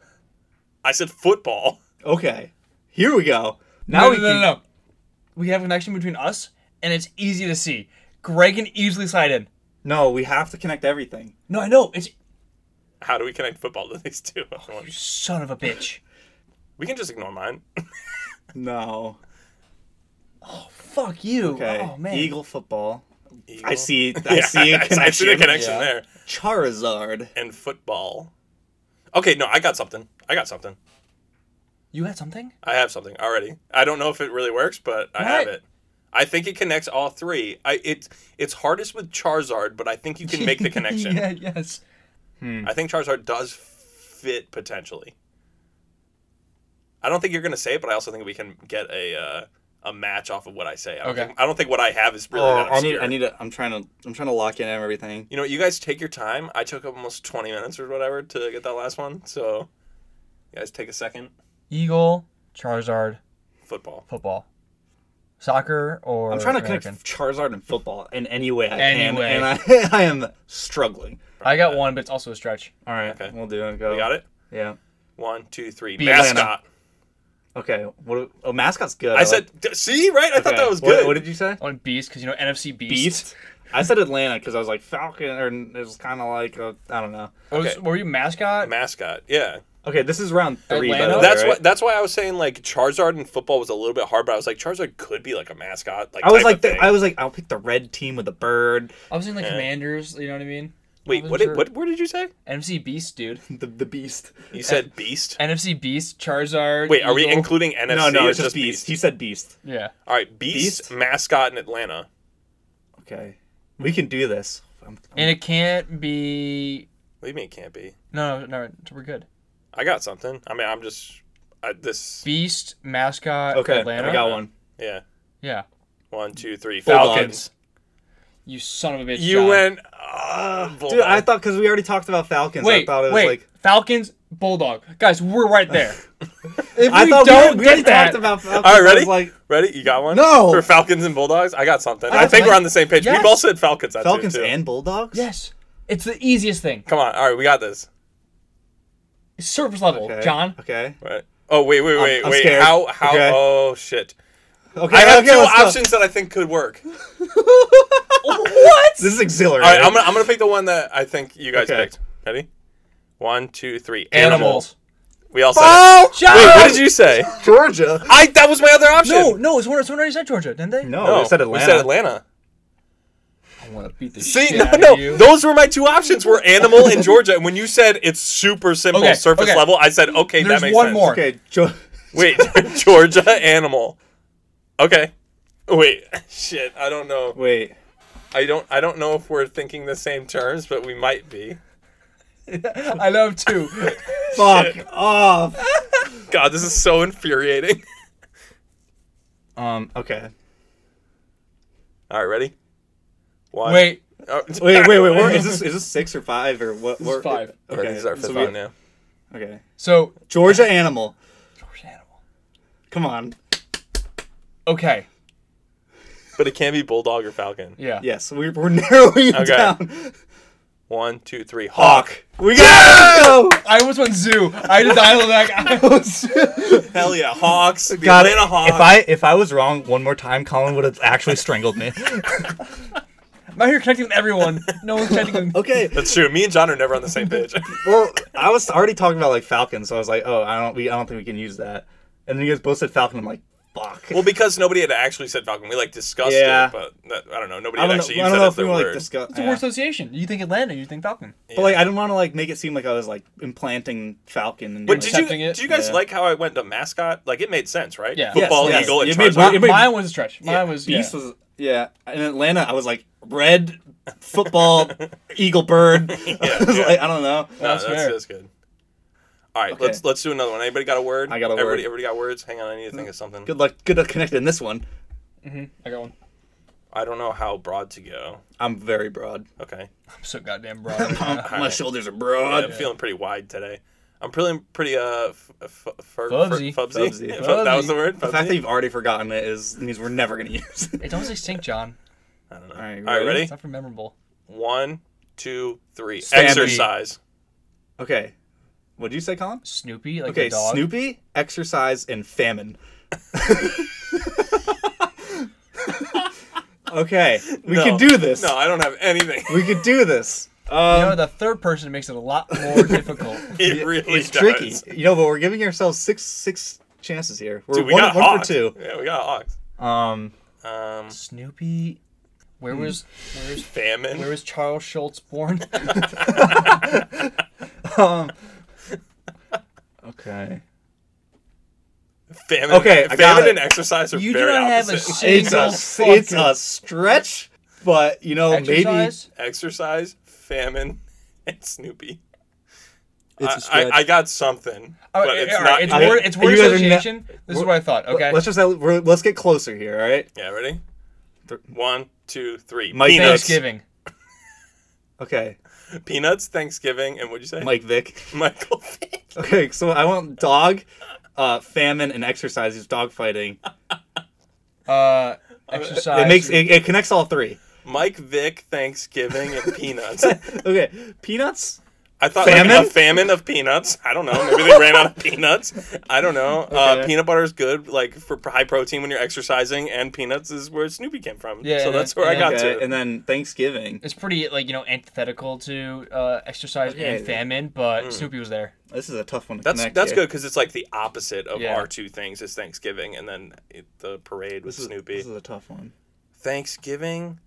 Speaker 2: said football.
Speaker 1: Okay, here we go. Now
Speaker 3: No,
Speaker 1: we
Speaker 3: no, no,
Speaker 1: can-
Speaker 3: no, no. We have a connection between us, and it's easy to see. Greg can easily slide in.
Speaker 1: No, we have to connect everything.
Speaker 3: No, I know. It's
Speaker 2: How do we connect football to these two? other ones?
Speaker 3: son of a bitch.
Speaker 2: We can just ignore mine.
Speaker 1: No.
Speaker 3: Fuck you.
Speaker 1: Okay.
Speaker 3: Oh man.
Speaker 1: Eagle football. I
Speaker 2: Eagle.
Speaker 1: see. I
Speaker 2: Yeah,
Speaker 1: see a
Speaker 2: I
Speaker 1: connection.
Speaker 2: see the connection
Speaker 3: Yeah.
Speaker 2: there.
Speaker 1: Charizard.
Speaker 2: And football. Okay, no, I got something. I got something.
Speaker 3: You had something?
Speaker 2: I have something already. I don't know if it really works, but I have
Speaker 3: What?
Speaker 2: it. I think it connects all three. I it it's hardest with Charizard, but I think you can make the connection.
Speaker 3: yeah. Yes.
Speaker 2: I think Charizard does fit potentially. I don't think you're gonna say it, but I also think we can get a uh, a match off of what I say. I don't
Speaker 3: Okay.
Speaker 2: Think, I don't think what I have is really.
Speaker 1: Oh,
Speaker 2: that
Speaker 1: I need.
Speaker 2: obscure.
Speaker 1: I need. To, I'm trying to. I'm trying to lock in everything.
Speaker 2: You know, you guys take your time. I took almost 20 minutes or whatever to get that last one. So, you guys take a second.
Speaker 3: Eagle, Charizard,
Speaker 2: Football.
Speaker 3: football, soccer, or
Speaker 1: I'm trying to connect
Speaker 3: American.
Speaker 1: Charizard and football in any way I
Speaker 3: Any
Speaker 1: can,
Speaker 3: way.
Speaker 1: and I, I am struggling.
Speaker 3: I got one, but it's also a stretch.
Speaker 1: All right,
Speaker 2: Okay.
Speaker 1: we'll do it. Go.
Speaker 2: You got it?
Speaker 1: Yeah.
Speaker 2: One, two, three.
Speaker 3: Atlanta.
Speaker 2: Mascot.
Speaker 1: Okay. What? Oh, mascot's good.
Speaker 2: I
Speaker 1: like-
Speaker 2: said, d- see, right? I thought
Speaker 1: Okay.
Speaker 2: that was
Speaker 1: What-
Speaker 2: good.
Speaker 1: What, did you say?
Speaker 3: I want Beast because you know NFC Beast.
Speaker 1: Beast. I said Atlanta because I was like Falcon, or it was kind of like I I don't know.
Speaker 3: What was-
Speaker 2: Okay.
Speaker 3: were you mascot?
Speaker 2: Mascot, yeah.
Speaker 1: Okay, this is round three. by the
Speaker 3: Atlanta?
Speaker 1: way,
Speaker 2: That's
Speaker 1: right?
Speaker 2: why. That's why I was saying like Charizard in football was a little bit hard, but I was like Charizard could be like a mascot. Like
Speaker 1: I was
Speaker 2: type
Speaker 1: like,
Speaker 2: of
Speaker 1: the-
Speaker 2: thing.
Speaker 1: I was like, I'll pick the red team with the bird,
Speaker 3: I was in like Commanders. You know what I mean?
Speaker 2: wait,
Speaker 3: wasn't
Speaker 2: what? Did,
Speaker 3: sure.
Speaker 2: What? Where did you say?
Speaker 3: NFC Beast, dude.
Speaker 1: the, the beast.
Speaker 2: You said Beast.
Speaker 3: NFC Beast, Charizard.
Speaker 2: Wait, are we
Speaker 3: Eagle.
Speaker 2: including NFC?
Speaker 1: no, no,
Speaker 2: or
Speaker 1: it's just beast. He said beast.
Speaker 3: Yeah.
Speaker 2: All right, beast,
Speaker 1: Beast?
Speaker 2: mascot, in Atlanta.
Speaker 1: Okay, we can do this. I'm,
Speaker 3: And it can't be.
Speaker 2: What do you mean it can't be?
Speaker 3: No, no, no, we're good.
Speaker 2: I got something. I mean, I'm just I, this.
Speaker 3: Beast, mascot,
Speaker 1: okay,
Speaker 3: Atlanta.
Speaker 1: I got one.
Speaker 2: Yeah,
Speaker 3: yeah.
Speaker 2: one, two, three.
Speaker 1: Bulldogs.
Speaker 2: Falcons.
Speaker 3: You son of a bitch.
Speaker 2: You
Speaker 3: John.
Speaker 2: went. Uh,
Speaker 1: Dude, I thought because we already talked about Falcons, I
Speaker 3: Wait,
Speaker 1: thought it was
Speaker 3: wait.
Speaker 1: like
Speaker 3: Falcons, Bulldog. Guys, we're right there. if we
Speaker 1: I thought
Speaker 3: don't
Speaker 1: we, we
Speaker 3: get
Speaker 1: already
Speaker 3: that,
Speaker 1: talked about Falcons.
Speaker 2: All right,
Speaker 1: I
Speaker 2: ready?
Speaker 1: was like
Speaker 2: ready? You got one?
Speaker 1: No.
Speaker 2: For Falcons and Bulldogs, I got something. I,
Speaker 3: got
Speaker 2: think we're
Speaker 3: something.
Speaker 2: on the same page. We
Speaker 3: Yes.
Speaker 2: both said Falcons. That's it,
Speaker 1: Falcons
Speaker 2: too.
Speaker 1: and Bulldogs.
Speaker 3: Yes, it's the easiest thing.
Speaker 2: Come on. All right, we got this.
Speaker 3: Surface level,
Speaker 1: Okay.
Speaker 3: John.
Speaker 1: Okay.
Speaker 2: Right. Oh wait, wait, wait,
Speaker 1: I'm
Speaker 2: wait.
Speaker 1: scared.
Speaker 2: How? How?
Speaker 1: Okay.
Speaker 2: Oh shit.
Speaker 1: Okay.
Speaker 2: I have
Speaker 1: okay,
Speaker 2: two
Speaker 1: let's go.
Speaker 2: options that I think could work.
Speaker 3: what?
Speaker 1: This is exhilarating.
Speaker 2: All right, I'm gonna I'm gonna pick the one that I think you guys
Speaker 1: Okay.
Speaker 2: picked. Ready? One, two, three.
Speaker 3: Animals.
Speaker 2: We all said. it.
Speaker 1: Oh,
Speaker 3: John.
Speaker 2: Wait, what did you say?
Speaker 1: Georgia.
Speaker 2: I that was my other option.
Speaker 3: No, no, it's one. Someone already said Georgia, didn't they?
Speaker 1: No,
Speaker 2: no,
Speaker 1: we said Atlanta.
Speaker 2: We said Atlanta.
Speaker 3: I want to beat the
Speaker 2: See,
Speaker 3: shit
Speaker 2: no,
Speaker 3: out of
Speaker 2: no,
Speaker 3: you.
Speaker 2: those were my two options. Were animal and Georgia. And when you said it's super simple,
Speaker 3: Okay,
Speaker 2: surface
Speaker 3: okay.
Speaker 2: level, I said okay,
Speaker 3: There's
Speaker 2: that makes
Speaker 3: one
Speaker 2: sense.
Speaker 3: more.
Speaker 1: Okay. Jo-
Speaker 2: Wait, Georgia animal. Okay. Wait, shit. I don't know.
Speaker 1: Wait.
Speaker 2: I don't. I don't know if we're thinking the same terms, but we might be.
Speaker 3: I love two.
Speaker 1: Fuck off.
Speaker 2: God, this is so infuriating.
Speaker 1: Um. Okay.
Speaker 2: All right, ready? Why?
Speaker 3: Wait,
Speaker 2: Oh,
Speaker 1: Wait, wait, wait. what- Is this is this six or five or what?
Speaker 4: This is
Speaker 1: what-
Speaker 4: five.
Speaker 2: Or
Speaker 1: Okay,
Speaker 2: these are fifth
Speaker 1: so we-
Speaker 2: one, yeah.
Speaker 1: okay.
Speaker 3: so
Speaker 1: Georgia animal.
Speaker 3: Georgia animal.
Speaker 1: Come on.
Speaker 3: Okay,
Speaker 2: But it can't be bulldog or falcon.
Speaker 3: yeah.
Speaker 1: Yes, we're, we're narrowing it
Speaker 2: Okay.
Speaker 1: down.
Speaker 2: One, two, three. Hawk.
Speaker 1: We go.
Speaker 3: I almost went zoo. I had to dial it back. I was
Speaker 2: Hell yeah, hawks. The
Speaker 1: Got it.
Speaker 2: Atlanta Hawks.
Speaker 5: If I if I was wrong one more time, Colin would have actually strangled me.
Speaker 3: I'm out here connecting with everyone. No one's connecting with me.
Speaker 1: Okay.
Speaker 2: That's true. Me and John are never on the same page.
Speaker 1: Well, I was already talking about like Falcon, so I was like, oh, I don't, we, I don't think we can use that. And then you guys both said Falcon. I'm like, fuck.
Speaker 2: well, because nobody had actually said falcon. We like discussed
Speaker 1: Yeah.
Speaker 2: it, but that, I don't know. Nobody
Speaker 1: I
Speaker 2: had
Speaker 1: don't know.
Speaker 2: actually
Speaker 1: I
Speaker 2: used
Speaker 1: don't
Speaker 2: that
Speaker 1: know
Speaker 2: as
Speaker 1: if we
Speaker 2: their
Speaker 1: want to
Speaker 2: word.
Speaker 1: like, discuss.
Speaker 3: It's a word association. You think Atlanta, you think Falcon.
Speaker 1: But like, I didn't want to like make it seem like I was like implanting Falcon. And doing,
Speaker 2: but did you,
Speaker 3: accepting it.
Speaker 2: did you guys
Speaker 1: Yeah.
Speaker 2: like how I went to mascot? Like it made sense, right?
Speaker 3: Yeah. Yes,
Speaker 2: Football,
Speaker 1: yes.
Speaker 2: eagle, and
Speaker 1: It made-
Speaker 2: Charizard.
Speaker 1: it made-
Speaker 3: Uh, Mine was a stretch. Mine
Speaker 1: yeah,
Speaker 3: was
Speaker 1: Beast
Speaker 3: yeah.
Speaker 1: was yeah. In Atlanta, I was like red football eagle bird. I was
Speaker 2: yeah.
Speaker 1: like, I don't know.
Speaker 2: No,
Speaker 3: That's
Speaker 2: that's,
Speaker 3: fair.
Speaker 2: that's good. All right,
Speaker 1: Okay.
Speaker 2: let's let's do another one. Anybody got a word?
Speaker 1: I got a
Speaker 2: everybody,
Speaker 1: word.
Speaker 2: Everybody got words. Hang on, I need to think of something.
Speaker 1: Good luck. Good luck connecting this one.
Speaker 3: I got one.
Speaker 2: I don't know how broad to go.
Speaker 1: I'm very broad.
Speaker 2: Okay,
Speaker 3: I'm so goddamn broad.
Speaker 1: My shoulders are broad.
Speaker 2: I'm feeling pretty wide today. I'm pretty pretty uh f- f- fur-
Speaker 3: Fubsy.
Speaker 2: fur- fubsy.
Speaker 1: Fubsy.
Speaker 2: Fub- That was the word.
Speaker 1: The fact that
Speaker 2: fubsy?
Speaker 1: you've already forgotten it is means we're never gonna use it.
Speaker 3: it's almost extinct, John.
Speaker 2: I don't know. All
Speaker 1: All right,
Speaker 2: right,
Speaker 1: ready?
Speaker 2: ready?
Speaker 3: It's not for memorable.
Speaker 2: One, two, three.
Speaker 1: Stampede.
Speaker 2: Exercise.
Speaker 1: Okay. What did you say, Colin?
Speaker 3: Snoopy, like
Speaker 1: Okay,
Speaker 3: a dog.
Speaker 1: Snoopy, exercise, and famine. okay, we
Speaker 2: No.
Speaker 1: could do this.
Speaker 2: No, I don't have anything.
Speaker 1: We could do this.
Speaker 3: You
Speaker 1: Um,
Speaker 3: know, the third person makes it a lot more difficult.
Speaker 2: It really
Speaker 1: it's
Speaker 2: does.
Speaker 1: tricky. You know, but we're giving ourselves six six chances here. We're
Speaker 2: Dude, we
Speaker 1: one,
Speaker 2: got
Speaker 1: one
Speaker 2: hawks.
Speaker 1: for two.
Speaker 2: Yeah, we got hawks.
Speaker 1: Um,
Speaker 2: Um,
Speaker 3: Snoopy,
Speaker 1: Hmm.
Speaker 3: where was where was
Speaker 2: famine.
Speaker 3: where was Charles Schultz born?
Speaker 1: okay.
Speaker 2: famine.
Speaker 1: Okay, I got
Speaker 2: famine
Speaker 1: it.
Speaker 2: and exercise are
Speaker 3: You do
Speaker 2: very
Speaker 3: not have a
Speaker 2: opposite.
Speaker 3: si-
Speaker 1: It's a
Speaker 3: Single
Speaker 1: it's
Speaker 3: fucking-
Speaker 1: a stretch, but you know
Speaker 3: Exercise.
Speaker 2: exercise, famine, and Snoopy.
Speaker 1: maybe it's a
Speaker 2: I,
Speaker 1: stretch.
Speaker 2: I, I got something,
Speaker 3: Oh,
Speaker 2: but
Speaker 3: eh,
Speaker 2: it's
Speaker 3: all
Speaker 2: not.
Speaker 3: right, it's
Speaker 1: I-
Speaker 3: word, it's
Speaker 1: you
Speaker 3: word
Speaker 1: guys are not-
Speaker 3: association. this is what I thought. Okay.
Speaker 1: Let's just we're, let's get closer here. All right.
Speaker 2: yeah, ready? One, two, three.
Speaker 1: Mike
Speaker 2: peanuts.
Speaker 3: Thanksgiving.
Speaker 1: Okay,
Speaker 2: Peanuts, Thanksgiving, and what'd you say?
Speaker 1: Mike Vick.
Speaker 2: Michael. Vick.
Speaker 1: Okay, so I want dog, uh, famine, and exercise. Is dog fighting?
Speaker 3: Uh, exercise.
Speaker 1: It makes it, it connects all three.
Speaker 2: Mike Vick, Thanksgiving, and peanuts.
Speaker 1: Okay, peanuts.
Speaker 2: I thought like
Speaker 1: Famine?
Speaker 2: a famine of peanuts. I don't know. Maybe they ran out of peanuts. I don't know. Uh,
Speaker 1: Okay.
Speaker 2: peanut butter is good, like for high protein when you're exercising, and peanuts is where Snoopy came from.
Speaker 3: Yeah,
Speaker 2: so
Speaker 3: and
Speaker 2: that's
Speaker 3: then-
Speaker 2: where I
Speaker 3: and
Speaker 2: got
Speaker 1: Okay,
Speaker 2: to.
Speaker 1: and then Thanksgiving.
Speaker 3: it's pretty like you know antithetical to uh, exercise
Speaker 1: Okay.
Speaker 3: and famine,
Speaker 2: Mm.
Speaker 3: but Snoopy was there.
Speaker 1: This is a tough one. To
Speaker 2: That's
Speaker 1: connect
Speaker 2: that's
Speaker 1: here.
Speaker 2: good because it's like the opposite of
Speaker 3: Yeah.
Speaker 2: our two things is Thanksgiving and then it, the parade with
Speaker 1: This is,
Speaker 2: Snoopy.
Speaker 1: this is a tough one.
Speaker 2: Thanksgiving.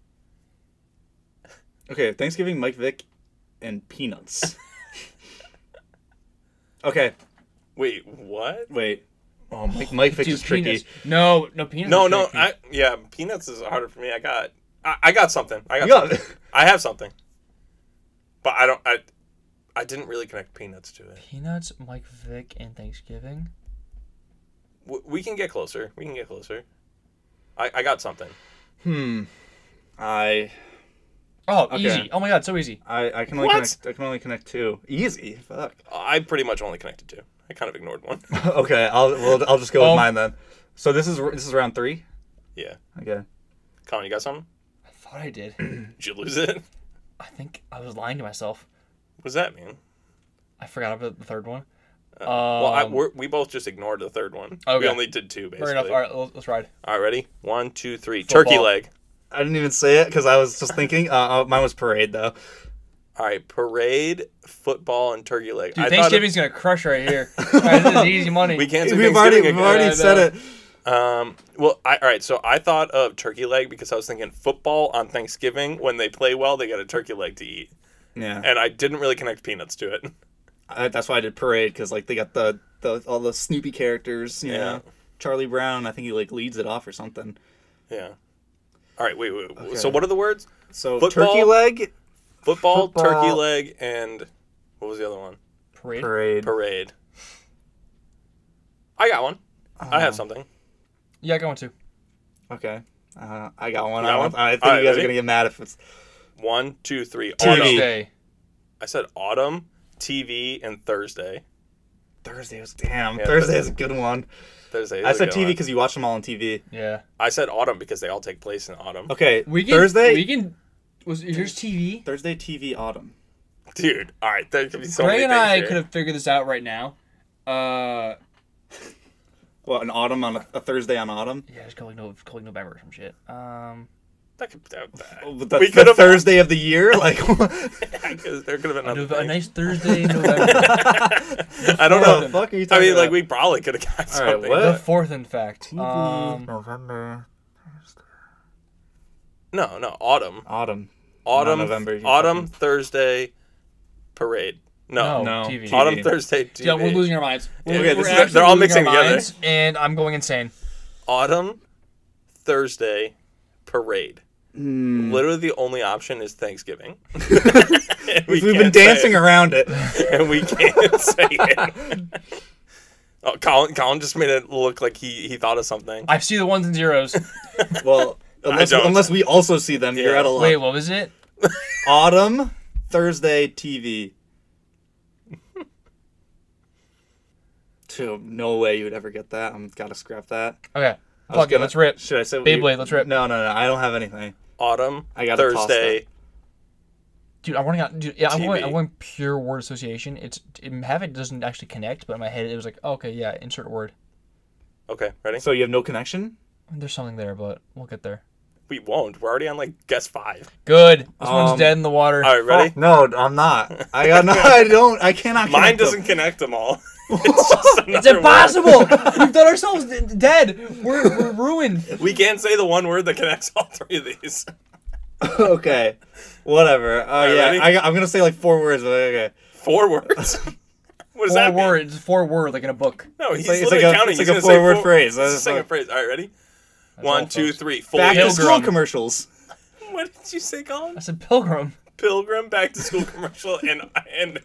Speaker 1: Okay, Thanksgiving, Mike Vick, and peanuts. okay,
Speaker 2: Wait, what?
Speaker 1: wait. Oh, Mike, Mike Vick
Speaker 3: Dude,
Speaker 1: is tricky.
Speaker 3: peanuts. No, no peanuts.
Speaker 2: No,
Speaker 3: are
Speaker 2: no,
Speaker 3: tricky.
Speaker 2: I yeah, peanuts is harder for me. I got I, I got something. I got,
Speaker 1: You got-
Speaker 2: something. I have something. But I don't I I didn't really connect peanuts to it.
Speaker 3: peanuts, Mike Vick, and Thanksgiving.
Speaker 2: W- we can get closer. We can get closer. I, I got something.
Speaker 1: Hmm. I,
Speaker 3: Oh,
Speaker 1: Okay.
Speaker 3: easy. Oh my god, so easy.
Speaker 1: I, I can only
Speaker 2: What?
Speaker 1: connect. I can only connect two. Easy. Fuck.
Speaker 2: I pretty much only connected two. I kind of ignored one.
Speaker 1: okay, I'll we'll, I'll just go
Speaker 3: Oh.
Speaker 1: with mine then. So this is this is round three.
Speaker 2: yeah.
Speaker 1: Okay.
Speaker 2: Colin, you got something?
Speaker 3: I thought I did.
Speaker 2: Did you lose it?
Speaker 3: I think I was lying to myself.
Speaker 2: What does that mean?
Speaker 3: I forgot about the third one. Um,
Speaker 2: Uh, Well, I, we're, we both just ignored the third one.
Speaker 3: Okay.
Speaker 2: We only did two, basically.
Speaker 3: fair enough. All right, let's- let's ride.
Speaker 2: All right, ready? One, two, three. Turkey
Speaker 3: Football.
Speaker 2: leg.
Speaker 1: I didn't even say it because I was just thinking. Uh, uh, mine was parade though.
Speaker 2: All right, parade, football, and turkey leg.
Speaker 3: Dude,
Speaker 2: I thought
Speaker 3: Thanksgiving's gonna crush right here. All right, this is easy money.
Speaker 2: Of, we can't do
Speaker 1: We've already we've
Speaker 2: Thanksgiving
Speaker 1: already
Speaker 3: Yeah, I
Speaker 1: said it.
Speaker 2: already... Um, well, I, all right. So I thought of turkey leg because I was thinking football on Thanksgiving. When they play well, they get a turkey leg to eat,
Speaker 1: Yeah,
Speaker 2: and I didn't really connect peanuts to it.
Speaker 1: I, that's why I did parade because like they got the, the all the Snoopy characters. You
Speaker 2: Yeah.
Speaker 1: know, Charlie Brown. I think he like leads it off or something.
Speaker 2: Yeah. All right. Wait. wait, wait.
Speaker 1: Okay.
Speaker 2: So what are the words?
Speaker 1: So
Speaker 2: Football?
Speaker 1: turkey leg
Speaker 2: Football,
Speaker 1: Football.
Speaker 2: turkey leg, and what was the other one?
Speaker 3: Parade.
Speaker 1: parade.
Speaker 2: Parade.
Speaker 1: Um,
Speaker 2: I got one. I have something.
Speaker 3: Yeah, I got one too.
Speaker 1: Uh, Okay. Uh, I got one.
Speaker 2: You got
Speaker 1: I,
Speaker 2: one?
Speaker 1: want- I think
Speaker 2: Alright,
Speaker 1: you guys
Speaker 2: ready?
Speaker 1: are gonna get mad if it's
Speaker 2: One, two, three.
Speaker 1: TV.
Speaker 2: Autumn.
Speaker 3: Tuesday.
Speaker 2: I said autumn, TV, and Thursday.
Speaker 1: Thursday. Was damn
Speaker 2: Yeah,
Speaker 1: Thursday
Speaker 2: Thursday.
Speaker 1: is a good one.
Speaker 2: Thursday. is
Speaker 1: I
Speaker 2: a
Speaker 1: said
Speaker 2: good
Speaker 1: TV
Speaker 2: one.
Speaker 1: because you watch them all on TV.
Speaker 3: Yeah.
Speaker 2: I said autumn because they all take place in autumn.
Speaker 1: Okay,
Speaker 3: We can,
Speaker 1: Thursday.
Speaker 3: We can. Was here's TV.
Speaker 1: Thursday TV autumn.
Speaker 2: Dude, all right, there could be so
Speaker 3: Greg
Speaker 2: many
Speaker 3: and
Speaker 2: things
Speaker 3: I
Speaker 2: here.
Speaker 3: could have figured this out right now. Uh,
Speaker 1: Well, an autumn on a, a Thursday on autumn.
Speaker 3: yeah, it's calling no, calling November or some shit. Um,
Speaker 2: That could, that, that,
Speaker 1: Oh, but that's
Speaker 2: we
Speaker 1: the
Speaker 2: could have
Speaker 1: Thursday of the year. Like,
Speaker 2: there could have been
Speaker 3: a,
Speaker 2: another.
Speaker 3: Nov- a
Speaker 2: thing.
Speaker 3: nice Thursday in November.
Speaker 2: I don't
Speaker 1: what the
Speaker 2: know.
Speaker 1: fuck are you
Speaker 2: I
Speaker 1: talking
Speaker 2: mean, like
Speaker 1: about?
Speaker 2: we probably could have got
Speaker 1: All right,
Speaker 2: something.
Speaker 1: what?
Speaker 3: the fourth, in fact. Um,
Speaker 5: November.
Speaker 2: No, no, autumn,
Speaker 1: autumn.
Speaker 2: autumn,
Speaker 1: November, you
Speaker 2: autumn
Speaker 1: fucking-
Speaker 2: Thursday, parade. No,
Speaker 3: no,
Speaker 1: No.
Speaker 3: TV.
Speaker 1: TV.
Speaker 2: autumn Thursday. TV.
Speaker 3: Yeah, we're losing our minds. We're,
Speaker 2: Okay,
Speaker 3: we're
Speaker 2: this is-
Speaker 3: actually
Speaker 2: they're all mixing
Speaker 3: losing our
Speaker 2: together.
Speaker 3: minds, and I'm going insane.
Speaker 2: autumn Thursday parade.
Speaker 1: Hmm.
Speaker 2: Literally, the only option is Thanksgiving. And we
Speaker 1: We've been
Speaker 2: can't say
Speaker 1: dancing
Speaker 2: it.
Speaker 1: around it.
Speaker 2: and we can't say it. Oh, Colin, Colin just made it look like he, he thought of something.
Speaker 3: I see the ones and zeros.
Speaker 1: Well, unless,
Speaker 2: don't.
Speaker 1: unless we also see them, you're
Speaker 2: Yeah.
Speaker 1: at a lot.
Speaker 3: Wait, what was it?
Speaker 1: Autumn Thursday TV. Dude, no way you would ever get that. I'm gotta scrap that.
Speaker 3: Okay,
Speaker 1: I was
Speaker 3: fuck it.
Speaker 1: gonna-
Speaker 3: Let's rip.
Speaker 1: Should I say what
Speaker 3: Beyblade,
Speaker 1: you-
Speaker 3: let's rip.
Speaker 1: No, no, no. I don't have anything.
Speaker 2: Autumn
Speaker 1: I gotta toss
Speaker 2: Thursday.
Speaker 3: Dude, I'm running out. Dude, yeah, I'm
Speaker 2: TV.
Speaker 3: going, I'm going pure word association. It's it, have it doesn't actually connect, but in my head it was like, okay, yeah, insert word.
Speaker 2: Okay, ready?
Speaker 1: So you have no connection?
Speaker 3: There's something there, but we'll get there.
Speaker 2: We won't. We're already on like guess five.
Speaker 3: Good. This
Speaker 1: Um,
Speaker 3: one's dead in the water.
Speaker 2: All right, ready?
Speaker 1: Fuck, no, I'm not. I got no. I don't. I cannot.
Speaker 2: Mine
Speaker 1: connect them.
Speaker 2: doesn't connect them all. it's just
Speaker 3: It's
Speaker 2: another word.
Speaker 3: impossible. We've done ourselves d- dead. We're, we're ruined.
Speaker 2: We can't say the one word that connects all three of these.
Speaker 1: okay. Whatever. Uh,
Speaker 2: right,
Speaker 1: yeah,
Speaker 2: ready?
Speaker 1: I, got- I'm gonna say like four words. But okay.
Speaker 2: Four words. what does
Speaker 3: Four
Speaker 2: that mean?
Speaker 3: words. Four word, like in a book.
Speaker 2: No, he's
Speaker 1: like- it's
Speaker 2: literally
Speaker 1: like a-
Speaker 2: counting.
Speaker 1: it's
Speaker 2: he's
Speaker 1: like a
Speaker 2: gonna say
Speaker 1: four-word
Speaker 2: four-
Speaker 1: phrase.
Speaker 2: It's a
Speaker 1: That's
Speaker 2: second
Speaker 1: all.
Speaker 2: phree. All right, ready? One,
Speaker 3: all,
Speaker 2: two,
Speaker 3: folks.
Speaker 2: three. Full
Speaker 1: Back
Speaker 2: year.
Speaker 1: to school
Speaker 3: Pilgrim.
Speaker 1: commercials.
Speaker 2: What did you say, Colin?
Speaker 3: I said pilgrim.
Speaker 2: Pilgrim, back to school commercial, and and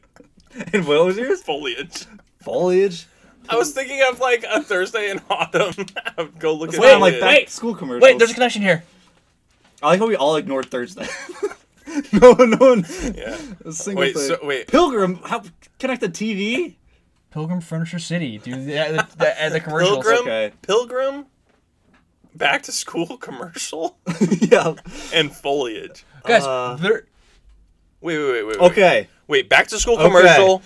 Speaker 1: And what was yours?
Speaker 2: foliage.
Speaker 1: Foliage.
Speaker 2: I was thinking of like a Thursday in autumn. I would go look at
Speaker 1: Wait,
Speaker 2: foliage.
Speaker 1: I'm like back
Speaker 3: wait.
Speaker 1: to school commercials.
Speaker 3: Wait, there's a connection here.
Speaker 1: I like how we all ignored Thursday. no one, no one.
Speaker 2: Yeah.
Speaker 1: A single
Speaker 2: Wait,
Speaker 1: thing.
Speaker 2: so, wait.
Speaker 1: Pilgrim, how connect the TV?
Speaker 3: Pilgrim Furniture City, dude. The, the, the, uh, the commercials.
Speaker 2: Pilgrim,
Speaker 1: okay.
Speaker 2: Pilgrim, back to school commercial,
Speaker 1: yeah.
Speaker 2: and foliage.
Speaker 3: Guys,
Speaker 1: Uh,
Speaker 3: there,
Speaker 2: Wait, wait, wait, wait. wait.
Speaker 1: Okay.
Speaker 2: Wait, back to school commercial,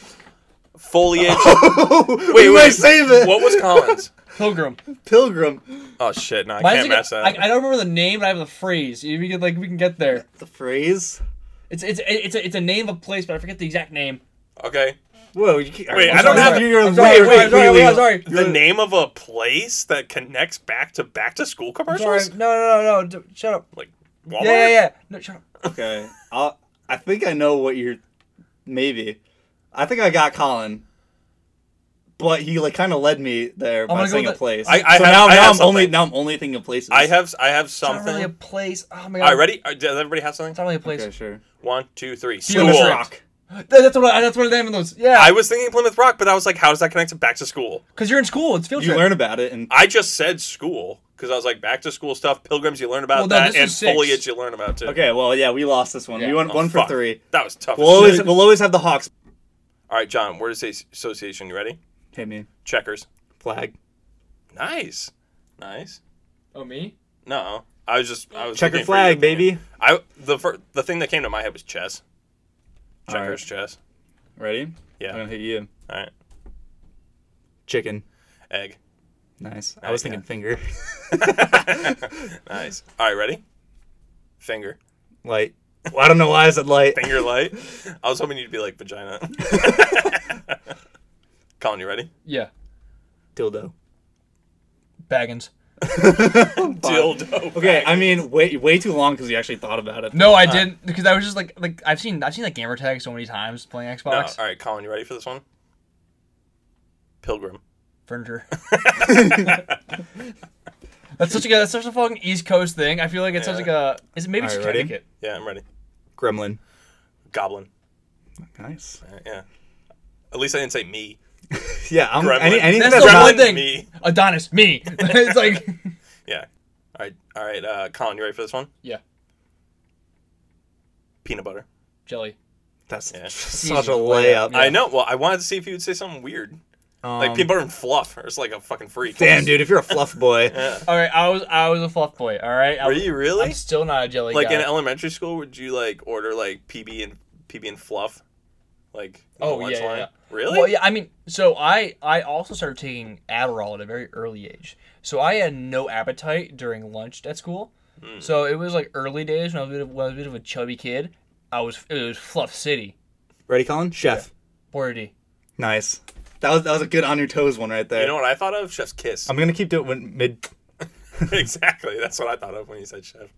Speaker 2: foliage.
Speaker 1: wait,
Speaker 2: wait,
Speaker 1: wait,
Speaker 2: wait.
Speaker 1: save it.
Speaker 2: what was Colin's?
Speaker 3: pilgrim.
Speaker 1: Pilgrim?
Speaker 2: Oh shit! No, I
Speaker 3: Mine's
Speaker 2: can't
Speaker 3: like
Speaker 2: match
Speaker 3: a-
Speaker 2: that.
Speaker 3: I, I don't remember the name, but I have the phrase. We could like we can get there.
Speaker 1: The phrase?
Speaker 3: It's it's it's a, it's a name of a place, but I forget the exact name.
Speaker 2: okay.
Speaker 1: Whoa, you can't,
Speaker 2: Wait,
Speaker 1: I'm
Speaker 2: I don't
Speaker 1: sorry,
Speaker 2: have-
Speaker 1: You're,
Speaker 3: I'm sorry,
Speaker 1: you're
Speaker 3: wait, I'm sorry,
Speaker 1: completely-
Speaker 3: wait, I'm sorry.
Speaker 2: the name of a place that connects back to back to school
Speaker 3: I'm sorry.
Speaker 2: commercials?
Speaker 3: No, no, no, no. d- Shut up.
Speaker 2: Like Walmart?
Speaker 3: Yeah, yeah, yeah. No, shut up.
Speaker 1: Okay. I'll, I think I know what you're. Maybe. I think I got Colin. But he like kind of led me there by
Speaker 3: gonna go
Speaker 1: saying a
Speaker 3: with the-
Speaker 1: place.
Speaker 2: I- I
Speaker 1: so
Speaker 2: have-
Speaker 1: now,
Speaker 2: I
Speaker 1: now
Speaker 2: have
Speaker 1: I'm only
Speaker 2: something.
Speaker 1: now I'm only thinking of places.
Speaker 2: I have I have
Speaker 3: It's not
Speaker 2: something.
Speaker 3: really a place. Oh my god.
Speaker 2: All right, ready? Uh, Does everybody have
Speaker 3: It's
Speaker 2: something?
Speaker 3: not really a place.
Speaker 1: Okay, sure.
Speaker 2: One, two, three. School.
Speaker 3: Plymouth
Speaker 1: Rock.
Speaker 3: That- that's what I, that's what I name of those. Yeah,
Speaker 2: I was thinking Plymouth Rock, but I was like, how does that connect to back to school?
Speaker 3: because you're in school. It's field
Speaker 1: You
Speaker 3: trip.
Speaker 1: learn about it and
Speaker 2: I just said school because I was like, back to school stuff, pilgrims you learn about
Speaker 3: Well, no,
Speaker 2: that,
Speaker 3: this
Speaker 2: and
Speaker 3: is six.
Speaker 2: foliage you learn about too.
Speaker 1: Okay, well, yeah, we lost this one.
Speaker 3: Yeah.
Speaker 1: We went
Speaker 2: Oh,
Speaker 1: one for
Speaker 2: fuck.
Speaker 1: three.
Speaker 2: That was tough.
Speaker 1: We'll
Speaker 2: as
Speaker 1: always
Speaker 2: shit.
Speaker 1: we'll always have the Hawks.
Speaker 2: All right, John. Word asso- association. You ready?
Speaker 1: Hit me.
Speaker 2: Checkers.
Speaker 1: Flag.
Speaker 2: Nice, nice.
Speaker 3: Oh me?
Speaker 2: No, I was just I was
Speaker 1: Checker
Speaker 2: looking for
Speaker 1: flag,
Speaker 2: your opinion.
Speaker 1: baby.
Speaker 2: I the fir- the thing that came to my head was chess. Checkers, chess.
Speaker 1: Ready?
Speaker 2: Yeah.
Speaker 1: I'm gonna hit you.
Speaker 2: All right,
Speaker 1: Chicken.
Speaker 2: egg.
Speaker 1: Nice. I was
Speaker 2: Nice, yeah.
Speaker 1: thinking finger.
Speaker 2: Nice. All right, ready? Finger.
Speaker 1: light. Well, I don't know why I said light.
Speaker 2: Finger light. I was hoping you'd be like vagina. Colin, you ready?
Speaker 3: Yeah,
Speaker 1: Dildo.
Speaker 3: Baggins.
Speaker 2: Dildo.
Speaker 1: Okay, I mean, way way too long because you actually thought about it.
Speaker 3: No, I didn't because I was just like like I've seen I've seen that gamer tag so many times playing
Speaker 2: No,
Speaker 3: Xbox
Speaker 2: Uh, all right, Colin, you ready for this one? Pilgrim.
Speaker 3: furniture. that's such a that's such a fucking East Coast thing. I feel like it's
Speaker 2: Yeah.
Speaker 3: such like a is it maybe it's
Speaker 1: Alright, ready?
Speaker 3: Connecticut?
Speaker 2: Yeah, I'm ready.
Speaker 1: Gremlin.
Speaker 2: Goblin.
Speaker 1: Nice.
Speaker 2: All right, yeah. At least I didn't say me.
Speaker 1: Yeah, I'm,
Speaker 2: Gremlin.
Speaker 1: any, anything
Speaker 3: That's
Speaker 1: that's,
Speaker 3: the
Speaker 1: not
Speaker 3: one thing.
Speaker 2: me.
Speaker 3: Adonis, me. it's like
Speaker 2: Yeah. All right, all right, uh, Colin, you ready for this one?
Speaker 3: Yeah.
Speaker 2: Peanut butter.
Speaker 3: Jelly.
Speaker 1: That's
Speaker 2: Yeah.
Speaker 1: such a
Speaker 3: Easy layup.
Speaker 1: layup.
Speaker 2: I know. Well, I wanted to see if you would say something weird, like
Speaker 5: Um,
Speaker 2: peanut butter and fluff, or it's like a fucking freak.
Speaker 1: Damn, dude, if you're a fluff boy,
Speaker 3: All right, I was I was a fluff boy. All right, I
Speaker 2: Were
Speaker 3: was-
Speaker 2: you really?
Speaker 3: I'm still not a jelly
Speaker 2: like
Speaker 3: guy.
Speaker 2: in elementary school, would you like order like PB and PB and fluff, like in the
Speaker 3: Oh,
Speaker 2: lunch
Speaker 3: yeah, yeah,
Speaker 2: line?
Speaker 3: yeah.
Speaker 2: Really?
Speaker 3: Well, yeah, I mean, so I I also started taking Adderall at a very early age. So I had no appetite during lunch at school.
Speaker 2: Hmm.
Speaker 3: So it was like early days when I was a bit of, when I was a, bit of a chubby kid. I was it was Fluff City,
Speaker 1: ready, Colin? Chef.
Speaker 3: Bordy.
Speaker 5: Nice. That was that was a good on your toes one right there.
Speaker 2: You know what I thought of? Chef's kiss.
Speaker 5: I'm gonna keep doing when mid.
Speaker 2: exactly. That's what I thought of when you said chef.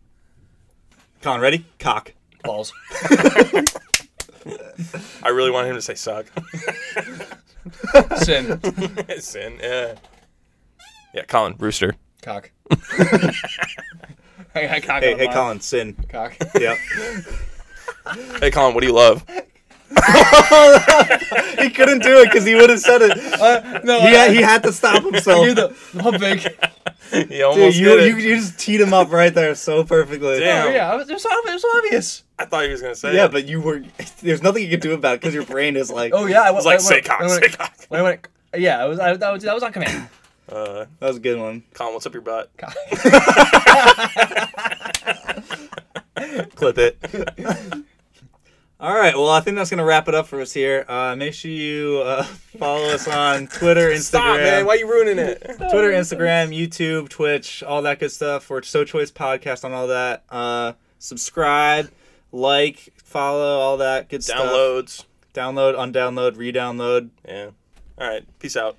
Speaker 1: Colin, ready? Cock.
Speaker 3: balls.
Speaker 2: I really wanted him to say suck.
Speaker 3: Sin.
Speaker 2: Sin. Yeah. Yeah, Colin Rooster.
Speaker 3: Cock. I got cock
Speaker 1: Hey,
Speaker 3: on
Speaker 1: hey,
Speaker 3: mine.
Speaker 1: Colin, sin.
Speaker 3: Cock.
Speaker 1: Yep.
Speaker 2: Hey, Colin, what do you love?
Speaker 1: he couldn't do it because he would have said it.
Speaker 3: Uh, No,
Speaker 1: He
Speaker 3: I,
Speaker 1: had, he had to stop himself.
Speaker 3: I do the, the whole big. oh,
Speaker 2: He almost
Speaker 1: Dude, you,
Speaker 2: did it.
Speaker 1: you, you just teed him up right there so perfectly.
Speaker 2: Damn.
Speaker 3: Oh, yeah, it was, it was ob- it was obvious.
Speaker 2: I thought he was gonna say.
Speaker 1: Yeah,
Speaker 2: it.
Speaker 1: but you were. There's nothing you could do about it because your brain is like.
Speaker 3: Oh yeah, I
Speaker 2: I was like, say
Speaker 3: went-
Speaker 2: cock,
Speaker 3: I went-
Speaker 2: say cock.
Speaker 3: when I went, yeah, I was, I, that was that was on command.
Speaker 2: Uh,
Speaker 1: That was a good one.
Speaker 2: Colin, what's up your butt?
Speaker 3: Cock.
Speaker 1: Clip it. All right. Well, I think that's gonna wrap it up for us here. Uh, make sure you uh, follow us on Twitter, Instagram,
Speaker 2: Stop, man! Why you ruining it?
Speaker 1: Twitter, Instagram, YouTube, Twitch, all that good stuff. We're So Choice Podcast on all that. Uh, subscribe, like, follow, all that good stuff.
Speaker 2: Downloads.
Speaker 1: Download, undownload, re-download.
Speaker 2: Yeah. All right. Peace out.